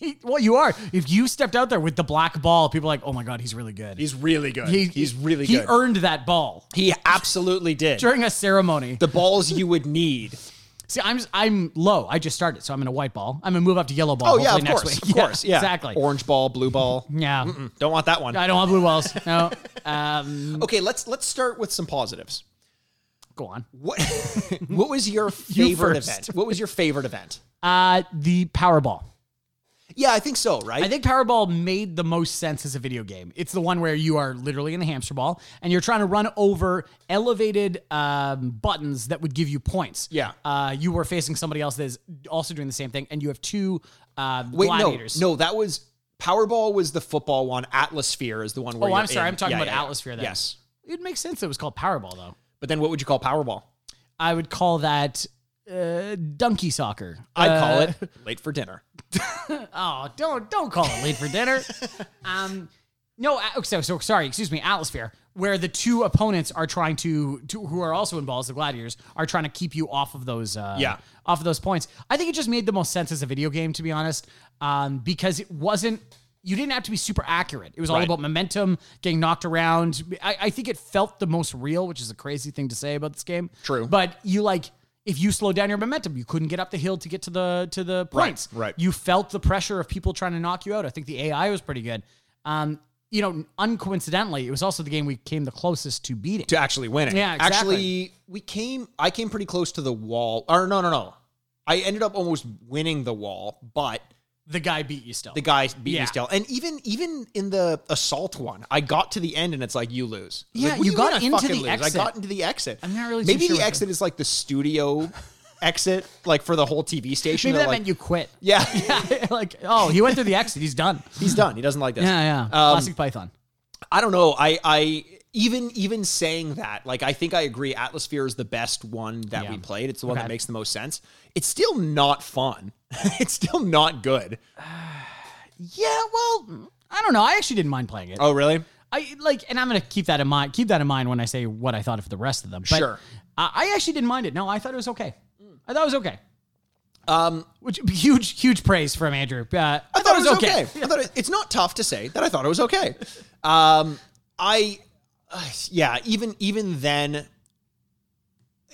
S1: I, well, you are. If you stepped out there with the black ball, people are like, oh my god, he's really good.
S2: He's really good.
S1: He-
S2: he's really
S1: he
S2: good.
S1: earned that ball
S2: he absolutely did.
S1: during a ceremony.
S2: the balls you would need.
S1: See, I'm I'm low. I just started, so I'm in a white ball. I'm gonna move up to yellow ball.
S2: Oh yeah,
S1: hopefully
S2: of
S1: next
S2: course,
S1: week.
S2: of course, yeah,
S1: exactly.
S2: Orange ball, blue ball.
S1: yeah,
S2: Don't want that one.
S1: I don't want blue balls. No. Um,
S2: Okay, let's let's start with some positives.
S1: go on.
S2: What what was your favorite
S1: first.
S2: event? What was your favorite event?
S1: Uh, the Powerball.
S2: Yeah, I think so. Right.
S1: I think Powerball made the most sense as a video game. It's the one where you are literally in the hamster ball and you're trying to run over elevated um, buttons that would give you points.
S2: Yeah.
S1: Uh, you were facing somebody else that is also doing the same thing, and you have two uh,
S2: Wait,
S1: gladiators.
S2: no, no, that was Powerball was the football one. Atlasphere is the one.
S1: Oh,
S2: Where you're
S1: I'm sorry.
S2: in.
S1: I'm talking
S2: Yeah,
S1: about
S2: yeah, yeah.
S1: Atlasphere then.
S2: Yes,
S1: It makes sense that it was called Powerball, though.
S2: but then what would you call Powerball?
S1: I would call that uh, donkey soccer.
S2: I'd
S1: Uh,
S2: call it late for dinner.
S1: Oh, don't don't call it late for dinner. um, no, uh, so, so sorry, excuse me, Atlasphere, where the two opponents are trying to, to who are also involved, the gladiators, are trying to keep you off of those uh,
S2: Yeah.
S1: off of those points. I think it just made the most sense as a video game, to be honest, um, because it wasn't. You didn't have to be super accurate. It was all
S2: Right.
S1: about momentum, getting knocked around. I, I think it felt the most real, which is a crazy thing to say about this game.
S2: True.
S1: but you like if you slowed down your momentum, you couldn't get up the hill to get to the to the points.
S2: right.
S1: You felt the pressure of people trying to knock you out. I think the AI was pretty good. Um, you know, uncoincidentally, it was also the game we came the closest to beating.
S2: To actually win it.
S1: Yeah, exactly.
S2: Actually, we came. I came pretty close to the wall. Or no, no, no. I ended up almost winning the wall, but
S1: the guy beat you still.
S2: the guy beat
S1: Yeah.
S2: me still. And even even in the assault one, I got to the end and it's like you lose. I was
S1: Yeah,
S2: like, what
S1: you
S2: do
S1: got
S2: mean I
S1: into
S2: fucking
S1: the
S2: lose?
S1: exit.
S2: I got into the exit.
S1: I'm not really too
S2: Maybe
S1: sure
S2: the
S1: what
S2: exit is like the studio exit, like for the whole TV station.
S1: Maybe
S2: They're
S1: that
S2: like,
S1: meant you quit.
S2: Yeah,
S1: like, oh, he went through the exit. He's done.
S2: he's done. He doesn't like this. Um,
S1: Yeah, yeah. Classic Python.
S2: I don't know. I I even even saying that, like I think I agree. Atlasphere is the best one that we played. It's the one
S1: Okay.
S2: that makes the most sense. It's still not fun. it's still not good.
S1: Yeah, well, I don't know. I actually didn't mind playing it.
S2: Oh really?
S1: I like, and I'm gonna keep that in mind. Keep that in mind when I say what I thought of the rest of them. But
S2: Sure.
S1: I, I actually didn't mind it. No, I thought it was okay. I thought it was okay.
S2: Um,
S1: Which huge, huge praise from Andrew. Uh, I,
S2: I thought it was okay. I thought it, it's not tough to say that I thought it was okay. Um, I, uh, yeah, even even then,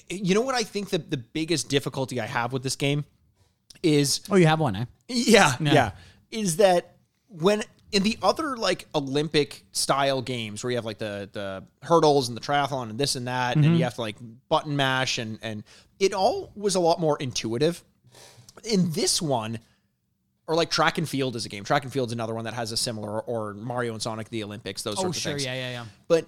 S2: you know what I think the the biggest difficulty I have with this game is
S1: Oh, you have one, eh?
S2: yeah yeah is that when in the other like Olympic style games where you have like the the hurdles and the triathlon and this and that
S1: Mm-hmm.
S2: and you have to like button mash and and it all was a lot more intuitive. In this one, or like track and field is a game. Track and field's another one that has a similar or Mario and Sonic the Olympics, those
S1: Oh,
S2: sorts
S1: sure.
S2: of things.
S1: Yeah, yeah, yeah.
S2: But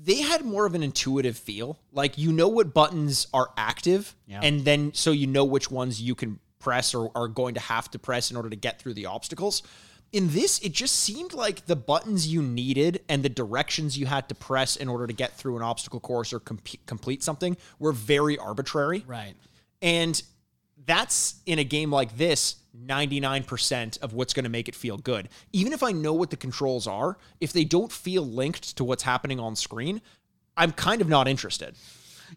S2: they had more of an intuitive feel. Like you know what buttons are active
S1: Yeah.
S2: and then so you know which ones you can press or are going to have to press in order to get through the obstacles. In this, it just seemed like the buttons you needed and the directions you had to press in order to get through an obstacle course or com- complete something were very arbitrary.
S1: Right.
S2: And that's in a game like this 99% of what's going to make it feel good. Even if I know what the controls are, if they don't feel linked to what's happening on screen, I'm kind of not interested.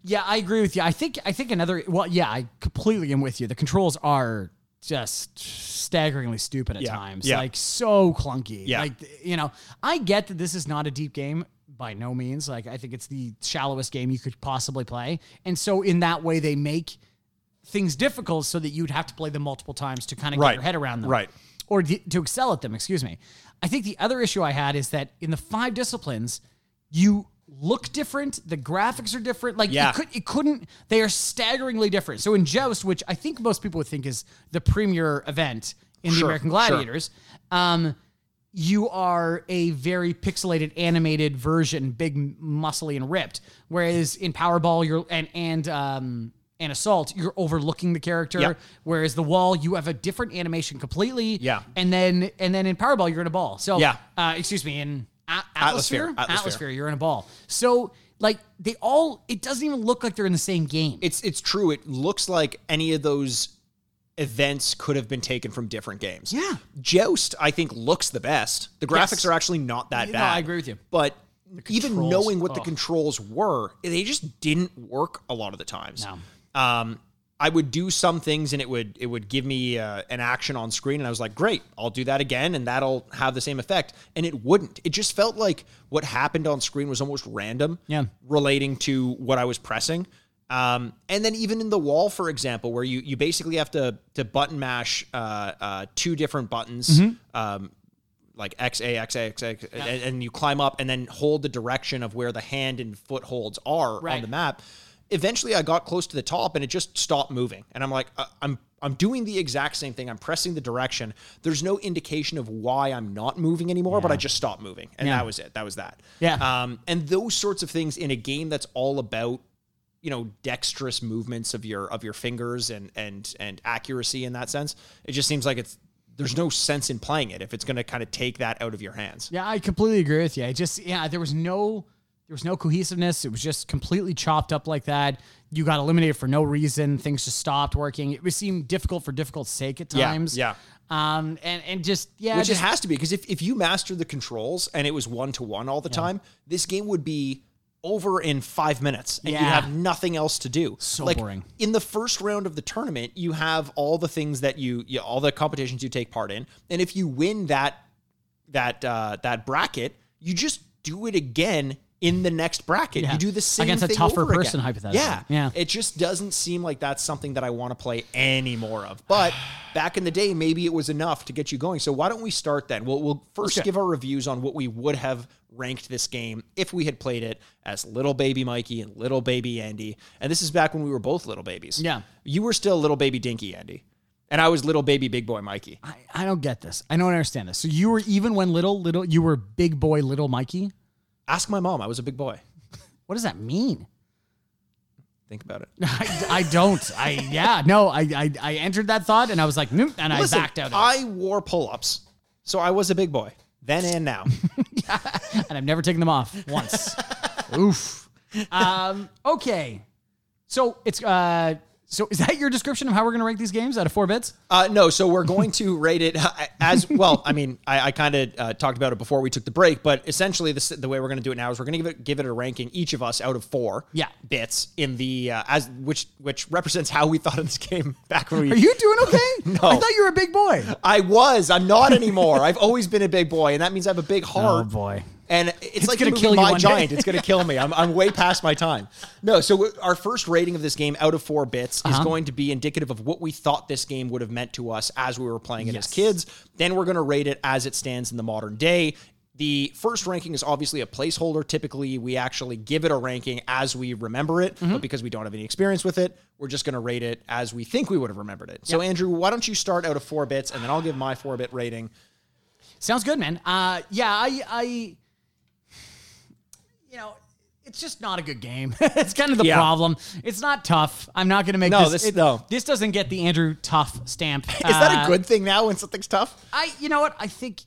S1: Yeah, I agree with you. I think I think another. Well, yeah, I completely am with you. The controls are just staggeringly stupid at
S2: Yeah,
S1: times.
S2: yeah.
S1: Like so clunky.
S2: Yeah.
S1: Like you know, I get that this is not a deep game by no means. Like I think it's the shallowest game you could possibly play, and so in that way they make things difficult so that you'd have to play them multiple times to kind of get
S2: Right.
S1: your head around them.
S2: Right.
S1: Or d- to excel at them, excuse me. I think the other issue I had is that in the five disciplines, you look different, the graphics are different. Like
S2: Yeah.
S1: it, could, it couldn't, they are staggeringly different. So in Joust, which I think most people would think is the premier event in the
S2: Sure,
S1: American
S2: sure.
S1: Gladiators, um, you are a very pixelated animated version, big, muscly, and ripped. Whereas in Powerball, you're and and um and Assault, you're overlooking the character.
S2: Yep.
S1: Whereas the wall, you have a different animation completely.
S2: Yeah.
S1: And then and then in Powerball, you're in a ball. So
S2: Yeah.
S1: Uh, excuse me, in a-
S2: Atmosphere,
S1: atmosphere,
S2: atmosphere.
S1: atmosphere, you're in a ball. So like they all, it doesn't even look like they're in the same game.
S2: It's it's true. It looks like any of those events could have been taken from different games.
S1: Yeah.
S2: Joust, I think, looks the best. The graphics
S1: Yes.
S2: are actually not that
S1: No,
S2: bad.
S1: I agree with you.
S2: But even
S1: controls,
S2: knowing what the
S1: oh.
S2: controls were, they just didn't work a lot of the times. Um, I would do some things and it would it would give me uh, an action on screen and I was like, great, I'll do that again and that'll have the same effect. And it wouldn't. It just felt like what happened on screen was almost random
S1: Yeah.
S2: relating to what I was pressing. Um, and then even in the wall, for example, where you you basically have to to button mash uh, uh, two different buttons, um, like X A X A X A, and, and you climb up and then hold the direction of where the hand and foot holds are on
S1: Right.
S2: the map. Eventually, I got close to the top and it just stopped moving, and I'm like, uh, I'm I'm doing the exact same thing. I'm pressing the direction. There's no indication of why I'm not moving anymore, but I just stopped moving, and
S1: Yeah.
S2: that was it. That was that.
S1: Yeah.
S2: Um, and those sorts of things in a game that's all about you know dexterous movements of your of your fingers and and and accuracy in that sense it just seems like it's there's no sense in playing it if it's going to kind of take that out of your hands
S1: Yeah, I completely agree with you. It just yeah, there was no there was no cohesiveness. It was just completely chopped up like that. You got eliminated for no reason. Things just stopped working. It would seem difficult for difficult sake at
S2: Yeah,
S1: times.
S2: yeah.
S1: Um and and just yeah,
S2: which
S1: just,
S2: it has to be because if, if you mastered the controls and it was one to one all the time this game would be over in five minutes and you
S1: Yeah.
S2: have nothing else to do
S1: So
S2: like
S1: boring.
S2: in the first round of the tournament you have all the things that you, you all the competitions you take part in and if you win that that uh, that bracket, you just do it again in the next bracket.
S1: Yeah.
S2: You do the same
S1: Against a
S2: thing
S1: tougher
S2: over
S1: person,
S2: again.
S1: hypothetically.
S2: Yeah,
S1: Yeah.
S2: It just doesn't seem like that's something that I want to play any more of. But back in the day, maybe it was enough to get you going. So why don't we start then? We'll, we'll first give our reviews on what we would have ranked this game if we had played it as little baby Mikey and little baby Andy. And this is back when we were both little babies.
S1: Yeah.
S2: you were still little baby Dinky Andy, and I was little baby Big Boy Mikey.
S1: I, I don't get this. I don't understand this. So you were even when little little you were big boy little Mikey?
S2: Ask my mom. I was a big boy.
S1: What does that mean?
S2: Think about it.
S1: I, I don't. I yeah, no, I, I I entered that thought and I was like, nope, and
S2: Listen,
S1: I backed out of it.
S2: I wore pull-ups, so I was a big boy then and now.
S1: and I've never taken them off once. Oof. Um, okay. So it's uh, so is that your description of how we're gonna rank these games out of four bits?
S2: uh, no, so we're going to rate it uh, as well. I mean, I, I kind of uh, talked about it before we took the break, but essentially, this, the way we're going to do it now is we're going to give it give it a ranking each of us out of four.
S1: Yeah.
S2: bits in the uh, as which which represents how we thought of this game back when we.
S1: Are you doing okay?
S2: No.
S1: I thought you were a big boy.
S2: I was. I'm not anymore. I've always been a big boy, and that means I have a big heart.
S1: Oh, boy.
S2: And it's, like
S1: gonna
S2: the movie
S1: kill you
S2: My
S1: one day.
S2: Giant. It's going to kill me. I'm, I'm way past my time. No, so w- our first rating of this game out of four bits
S1: Uh-huh.
S2: is going to be indicative of what we thought this game would have meant to us as we were playing it as
S1: Yes.
S2: kids. Then we're going to rate it as it stands in the modern day. The first ranking is obviously a placeholder. Typically, we actually give it a ranking as we remember it,
S1: Mm-hmm.
S2: but because we don't have any experience with it, we're just going to rate it as we think we would have remembered it. So, Andrew, why don't you start out of four bits, and then I'll give my four bit rating.
S1: Sounds good, man. Uh, yeah, I, I, you know, it's just not a good game. it's kind of the
S2: Yeah.
S1: problem. It's not tough. I'm not gonna make
S2: No,
S1: this.
S2: this- no.
S1: this doesn't get the Andrew Tough stamp.
S2: Is
S1: Uh,
S2: that a good thing now when something's tough?
S1: I you know what I think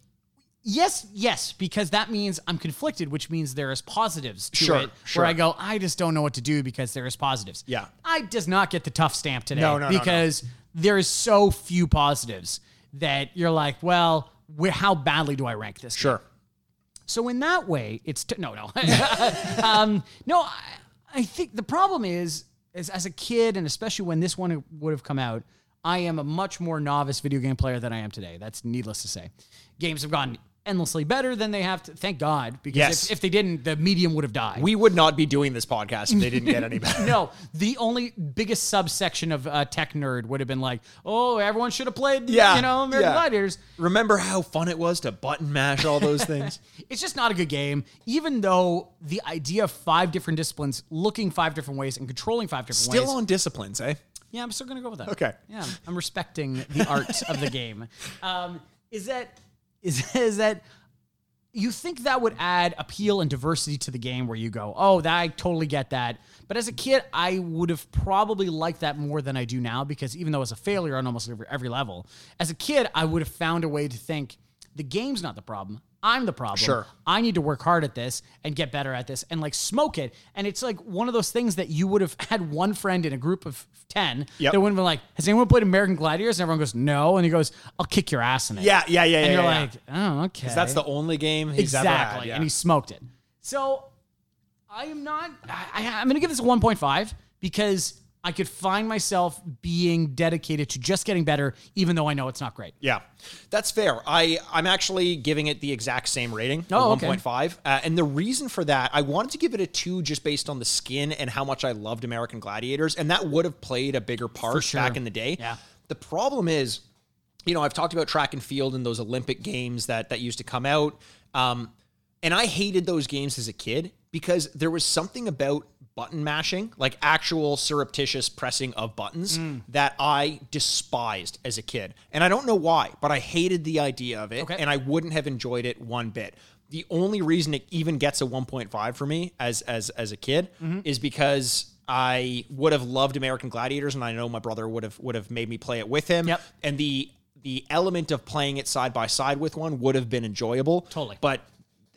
S1: yes yes because that means I'm conflicted which means there is positives to
S2: Sure,
S1: it
S2: sure.
S1: where I go I just don't know what to do because there is positives.
S2: Yeah.
S1: I does not get the tough stamp today
S2: No, no, no, no.
S1: because there is so few positives that you're like well wh- how badly do I rank this? game?
S2: Sure.
S1: So in that way it's t- no no um, no I, I think the problem is is as a kid and especially when this one would have come out I am a much more novice video game player than I am today. That's needless to say. Games have gotten endlessly better than they have to. Thank God, because
S2: Yes.
S1: if, if they didn't, the medium would have died.
S2: We would not be doing this podcast if they didn't get any better.
S1: no, the only biggest subsection of uh, tech nerd would have been like, oh, everyone should have played,
S2: Yeah,
S1: you know, American
S2: yeah.
S1: Gladiators.
S2: Remember how fun it was to button mash all those things?
S1: It's just not a good game, even though the idea of five different disciplines, looking five different ways, and controlling five different
S2: Still
S1: ways.
S2: on disciplines, eh?
S1: Yeah, I'm still gonna go with that.
S2: Okay.
S1: Yeah, I'm respecting the art of the game. Um, is that is is that you think that would add appeal and diversity to the game where you go, oh, that I totally get that. But as a kid, I would have probably liked that more than I do now because even though it's a failure on almost every, every level, as a kid, I would have found a way to think the game's not the problem. I'm the problem.
S2: Sure.
S1: I need to work hard at this and get better at this and like smoke it. And it's like one of those things that you would have had one friend in a group of 10
S2: Yep.
S1: that would have been like, Has anyone played American Gladiators? And everyone goes, No. And he goes, I'll kick your ass in it.
S2: Yeah, yeah, yeah,
S1: And
S2: yeah,
S1: you're
S2: yeah.
S1: like, Oh, okay.
S2: That's the only game he's ever had.
S1: Exactly.
S2: yeah.
S1: And he smoked it. So I am not, I, I- I'm going to give this a 1.5 because I could find myself being dedicated to just getting better, even though I know it's not great.
S2: Yeah, that's fair. I I'm actually giving it the exact same rating,
S1: Oh,
S2: oh,
S1: okay.
S2: 1.5, uh, and the reason for that, I wanted to give it a two just based on the skin and how much I loved American Gladiators, and that would have played a bigger part
S1: sure.
S2: back in the day.
S1: Yeah.
S2: The problem is, you know, I've talked about track and field and those Olympic games that that used to come out, um, and I hated those games as a kid because there was something about button mashing, like actual surreptitious pressing of buttons,
S1: Mm.
S2: that I despised as a kid, and I don't know why, but I hated the idea of it,
S1: Okay.
S2: and I wouldn't have enjoyed it one bit. The only reason it even gets a 1.5 for me as as as a kid
S1: Mm-hmm.
S2: is because I would have loved American Gladiators, and I know my brother would have would have made me play it with him.
S1: Yep.
S2: And the the element of playing it side by side with one would have been enjoyable.
S1: Totally.
S2: But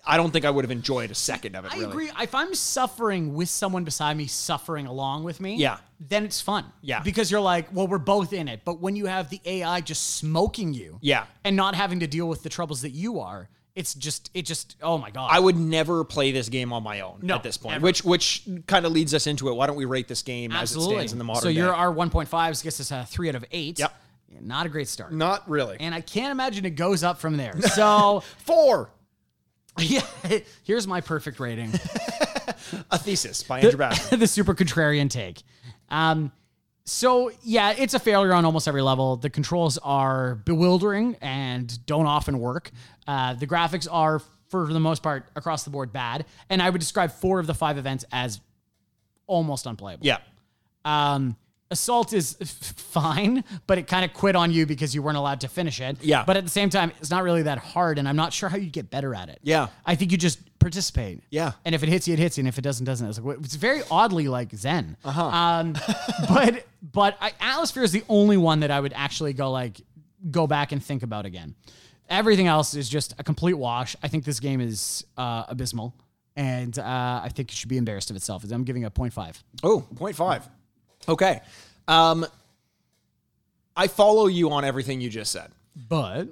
S2: I don't think I would have enjoyed a second of it.
S1: I
S2: really.
S1: agree. If I'm suffering with someone beside me, suffering along with me,
S2: Yeah.
S1: then it's fun.
S2: Yeah.
S1: Because you're like, well, we're both in it. But when you have the AI just smoking you
S2: Yeah.
S1: and not having to deal with the troubles that you are, it's just, it just, oh my God.
S2: I would never play this game on my own
S1: No,
S2: at this point,
S1: never.
S2: which which kind of leads us into it. Why don't we rate this game as it stands in the modern?
S1: So your
S2: day?
S1: R one point five gets us a three out of eight.
S2: Yep.
S1: Not a great start.
S2: not really
S1: And I can't imagine it goes up from there. So
S2: four.
S1: yeah, here's my perfect rating.
S2: A thesis by Andrew Bass.
S1: the super contrarian take. Um, so yeah, it's a failure on almost every level. The controls are bewildering and don't often work. Uh, the graphics are, for the most part, across the board bad. And I would describe four of the five events as almost unplayable.
S2: Yeah.
S1: Um, Assault is f- fine, but it kind of quit on you because you weren't allowed to finish it.
S2: Yeah.
S1: But at the same time, it's not really that hard, and I'm not sure how you get better at it.
S2: Yeah.
S1: I think you just participate.
S2: Yeah.
S1: And if it hits you, it hits you, and if it doesn't, doesn't. It's, like, it's very oddly like Zen. Uh huh.
S2: Uh-huh.
S1: Um, but but I, Atmosphere is the only one that I would actually go like go back and think about again. Everything else is just a complete wash. I think this game is uh, abysmal, and uh, I think it should be embarrassed of itself. I'm giving it a 0.5.
S2: Oh, 0.5. Okay. Um, I follow you on everything you just said,
S1: But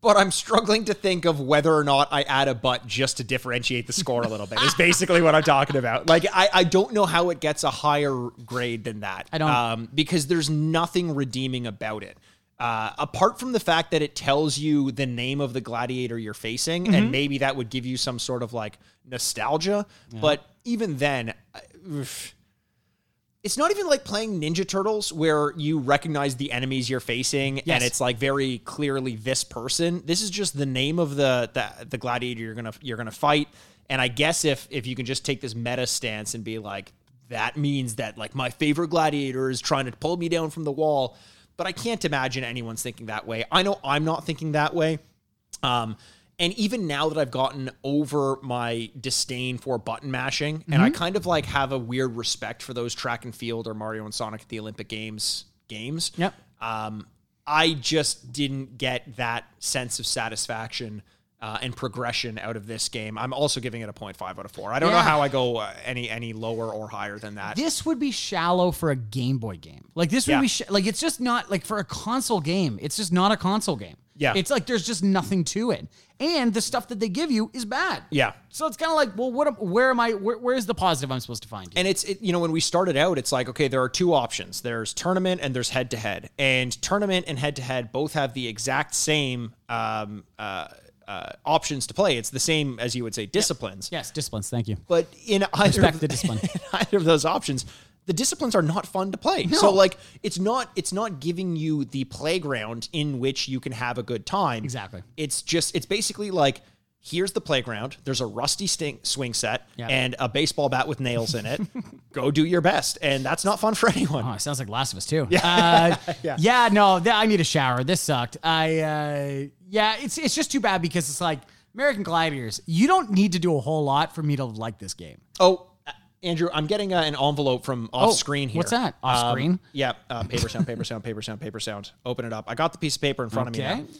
S2: but I'm struggling to think of whether or not I add a but just to differentiate the score a little bit. Is basically what I'm talking about. Like I, I don't know how it gets a higher grade than that. I
S1: don't.
S2: um, because there's nothing redeeming about it. Uh, apart from the fact that it tells you the name of the gladiator you're facing, and maybe that would give you some sort of like nostalgia. But even then, I- oof. it's not even like playing Ninja Turtles where you recognize the enemies you're facing,
S1: Yes.
S2: and it's like very clearly this person. This is just the name of the the, the gladiator you're gonna you're gonna fight. And I guess if if you can just take this meta stance and be like, that means that like my favorite gladiator is trying to pull me down from the wall. But I can't imagine anyone's thinking that way. I know I'm not thinking that way. Um, and even now that I've gotten over my disdain for button mashing, and
S1: Mm-hmm.
S2: I kind of like have a weird respect for those track and field or Mario and Sonic at the Olympic Games games.
S1: Yep.
S2: Um, I just didn't get that sense of satisfaction uh, and progression out of this game. I'm also giving it a 0.5 out of four. I don't know
S1: Yeah.
S2: how I go uh, any any lower or higher than that.
S1: this would be shallow for a Game Boy game. Like this would
S2: Yeah.
S1: be sh- like it's just not like for a console game. It's just not a console game.
S2: Yeah.
S1: it's like there's just nothing to it, and the stuff that they give you is bad.
S2: Yeah.
S1: so it's kind of like, well, what? Am, where am I? Where, where is the positive I'm supposed to find? here?
S2: and it's it, you know when we started out it's like okay there are two options there's tournament and there's head to head and tournament and head to head both have the exact same um, uh, uh, options to play it's the same as you would say disciplines
S1: yes, disciplines. Thank you.
S2: but in either,
S1: Respect
S2: of,
S1: the discipline.
S2: in either of those options the disciplines are not fun to play so like it's not it's not giving you the playground in which you can have a good time
S1: Exactly.
S2: it's just it's basically like here's the playground. There's a rusty stink swing set
S1: Yeah.
S2: and a baseball bat with nails in it. Go do your best. And that's not fun for anyone.
S1: Oh, it sounds like Last of Us too. Yeah, uh, yeah. no, th- I need a shower. This sucked. I uh, yeah, it's it's just too bad because it's like American Gladiators. You don't need to do a whole lot for me to like this game.
S2: Oh, uh, Andrew, I'm getting uh, an envelope from off screen here.
S1: Oh, what's that? Off
S2: Um,
S1: screen?
S2: Yeah, uh, paper sound, paper sound, paper sound, paper sound. Open it up. I got the piece of paper in front of
S1: Okay.
S2: me. Now.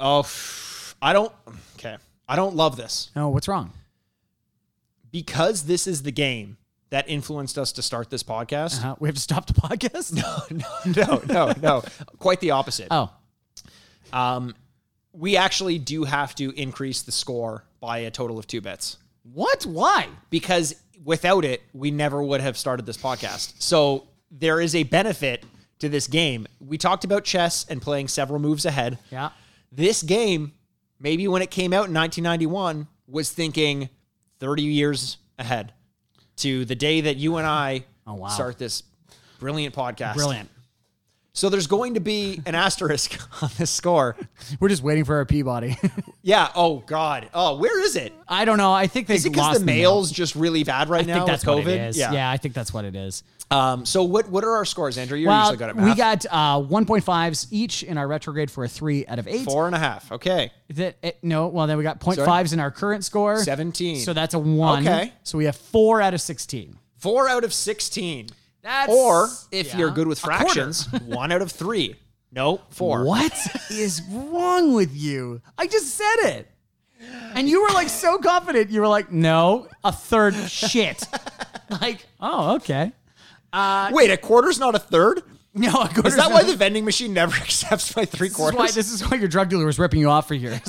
S2: Oh, pff, I don't. Okay, I don't love this
S1: No, what's wrong?
S2: because this is the game that influenced us to start this podcast.
S1: Uh, we have to stop the podcast. No, no.
S2: No, no, no. Quite the opposite.
S1: Uh-huh. Oh,
S2: We actually do have to increase the score by a total of two bits.
S1: what? Why?
S2: because without it, we never would have started this podcast. So there is a benefit to this game. We talked about chess and playing several moves ahead.
S1: Yeah.
S2: This game, maybe when it came out in 1991, was thinking 30 years ahead to the day that you and I
S1: Oh, wow.
S2: start this brilliant podcast.
S1: Brilliant.
S2: So there's going to be an asterisk on this score.
S1: We're just waiting for our Peabody.
S2: Yeah. Oh God. Oh, where is it?
S1: I don't know. I think they
S2: Is it
S1: lost
S2: because the mail's just really bad right
S1: I
S2: now
S1: think that's
S2: with COVID?
S1: what it is. Yeah. I think that's what it is.
S2: Um, so what what are our scores, Andrew? You're
S1: well,
S2: usually good at math.
S1: we got uh, 1.5s each in our retrograde for a three out of eight.
S2: four and a half. Okay.
S1: That it, no, well then we got point
S2: Sorry?
S1: fives in our current score.
S2: 17.
S1: So that's a one.
S2: Okay.
S1: So we have four out of sixteen.
S2: Four out of sixteen.
S1: That's
S2: Or if
S1: yeah.
S2: you're good with
S1: A quarter.
S2: fractions, one out of three. No, four.
S1: What is wrong with you? I just said it. And you were like so confident. You were like, no, a third shit. like, oh, okay.
S2: Wait, a quarter's not a third?
S1: No, a quarter's
S2: Is that
S1: not-
S2: why the vending machine never accepts my three
S1: this is
S2: quarters?
S1: why this is why your drug dealer was ripping you off for years.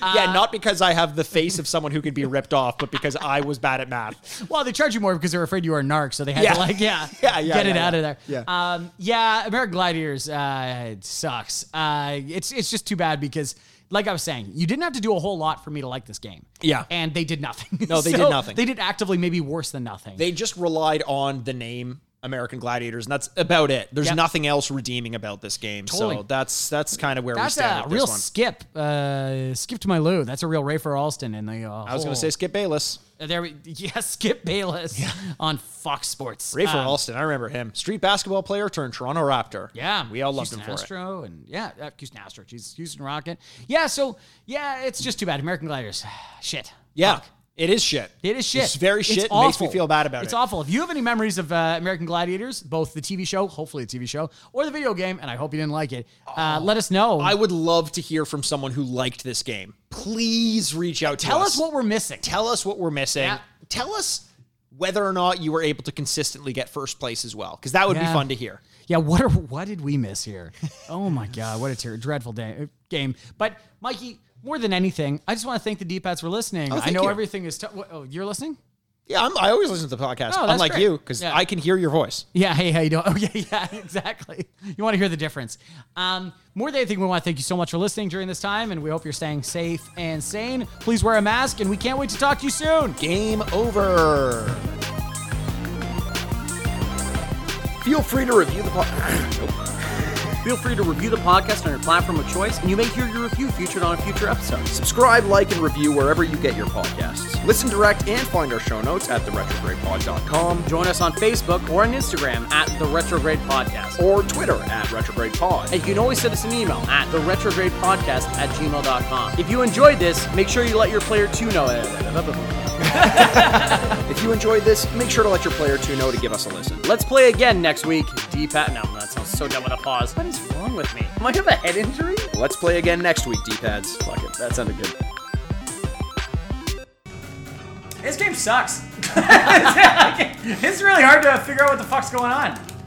S1: Ah.
S2: yeah, not because I have the face of someone who can be ripped off, but because I was bad at math.
S1: Well, they charge you more because they're afraid you are a narc, so they had
S2: Yeah.
S1: to like, yeah,
S2: Yeah, yeah,
S1: get it
S2: yeah,
S1: out of
S2: yeah.
S1: there.
S2: Yeah.
S1: um, yeah. American Gladiators uh, it sucks. Uh, it's it's just too bad because, like I was saying, you didn't have to do a whole lot for me to like this game.
S2: Yeah.
S1: and they did nothing.
S2: No, they
S1: So
S2: did nothing.
S1: They did actively maybe worse than nothing.
S2: They just relied on the name American Gladiators, and that's about it. There's
S1: Yep.
S2: nothing else redeeming about this game. So
S1: Totally.
S2: that's that's kind of where
S1: that's
S2: we stand
S1: a
S2: with
S1: real
S2: this one.
S1: skip. Uh, skip to my Lou. That's a real Rafer Alston in the. Uh,
S2: I was going to say Skip Bayless.
S1: there we yeah, Skip Bayless on Fox Sports.
S2: Ray for
S1: Um,
S2: Alston, I remember him. Street basketball player turned Toronto Raptor.
S1: Yeah,
S2: we all loved
S1: Houston
S2: him for it.
S1: Astro and yeah, uh, Houston Astro. He's Houston Rocket. Yeah, so yeah, it's just too bad. American Gladiators, shit.
S2: Yeah, it is shit.
S1: It is shit.
S2: It's very shit. It makes me
S1: awful.
S2: feel bad about
S1: It's
S2: it.
S1: awful. If you have any memories of uh, American Gladiators, both the TV show, hopefully a TV show, or the video game, and I hope you didn't like it, uh, let us know.
S2: Oh, I would love to hear from someone who liked this game. Please reach out to
S1: Tell us what we're missing.
S2: Tell us what we're missing.
S1: Yeah.
S2: Tell us whether or not you were able to consistently get first place as well, because that would be
S1: Yeah.
S2: fun to hear.
S1: Yeah, what are what did we miss here? Oh my god, what a ter- dreadful day, uh, game. But Mikey, more than anything, I just want to thank the D-pads for listening. I
S2: thank
S1: know
S2: you.
S1: everything is. T- oh, you're listening.
S2: Yeah, I'm, I always listen to the podcast,
S1: Oh, that's
S2: unlike
S1: great.
S2: you, because
S1: Yeah.
S2: I can hear your voice.
S1: Yeah, hey, how you doing? Oh, yeah, yeah, exactly. You want to hear the difference. Um, more than anything, we want to thank you so much for listening during this time, and we hope you're staying safe and sane. Please wear a mask, and we can't wait to talk to you soon.
S2: Game over.
S7: Feel free to review the podcast.
S8: Feel free to review the podcast on your platform of choice, and you may hear your review featured on a future episode.
S7: Subscribe, like, and review wherever you get your podcasts. Listen direct and find our show notes at theretrogradepod.com
S8: Join us on Facebook or on Instagram at The Retrograde Podcast.
S7: or Twitter at retrogradepod.
S8: And you can always send us an email at theretrogradepodcast at gmail.com. If you enjoyed this, make sure you let your player 2 know.
S7: If you enjoyed this, make sure to let your player two know to give us a listen.
S8: Let's play again next week. D Pat. No, that sounds so dumb with a pause. What is wrong with me? Am I have a head injury?
S7: Let's play again next week, D-pads. Fuck it, that sounded good.
S6: This game sucks. it's really hard to figure out what the fuck's going on.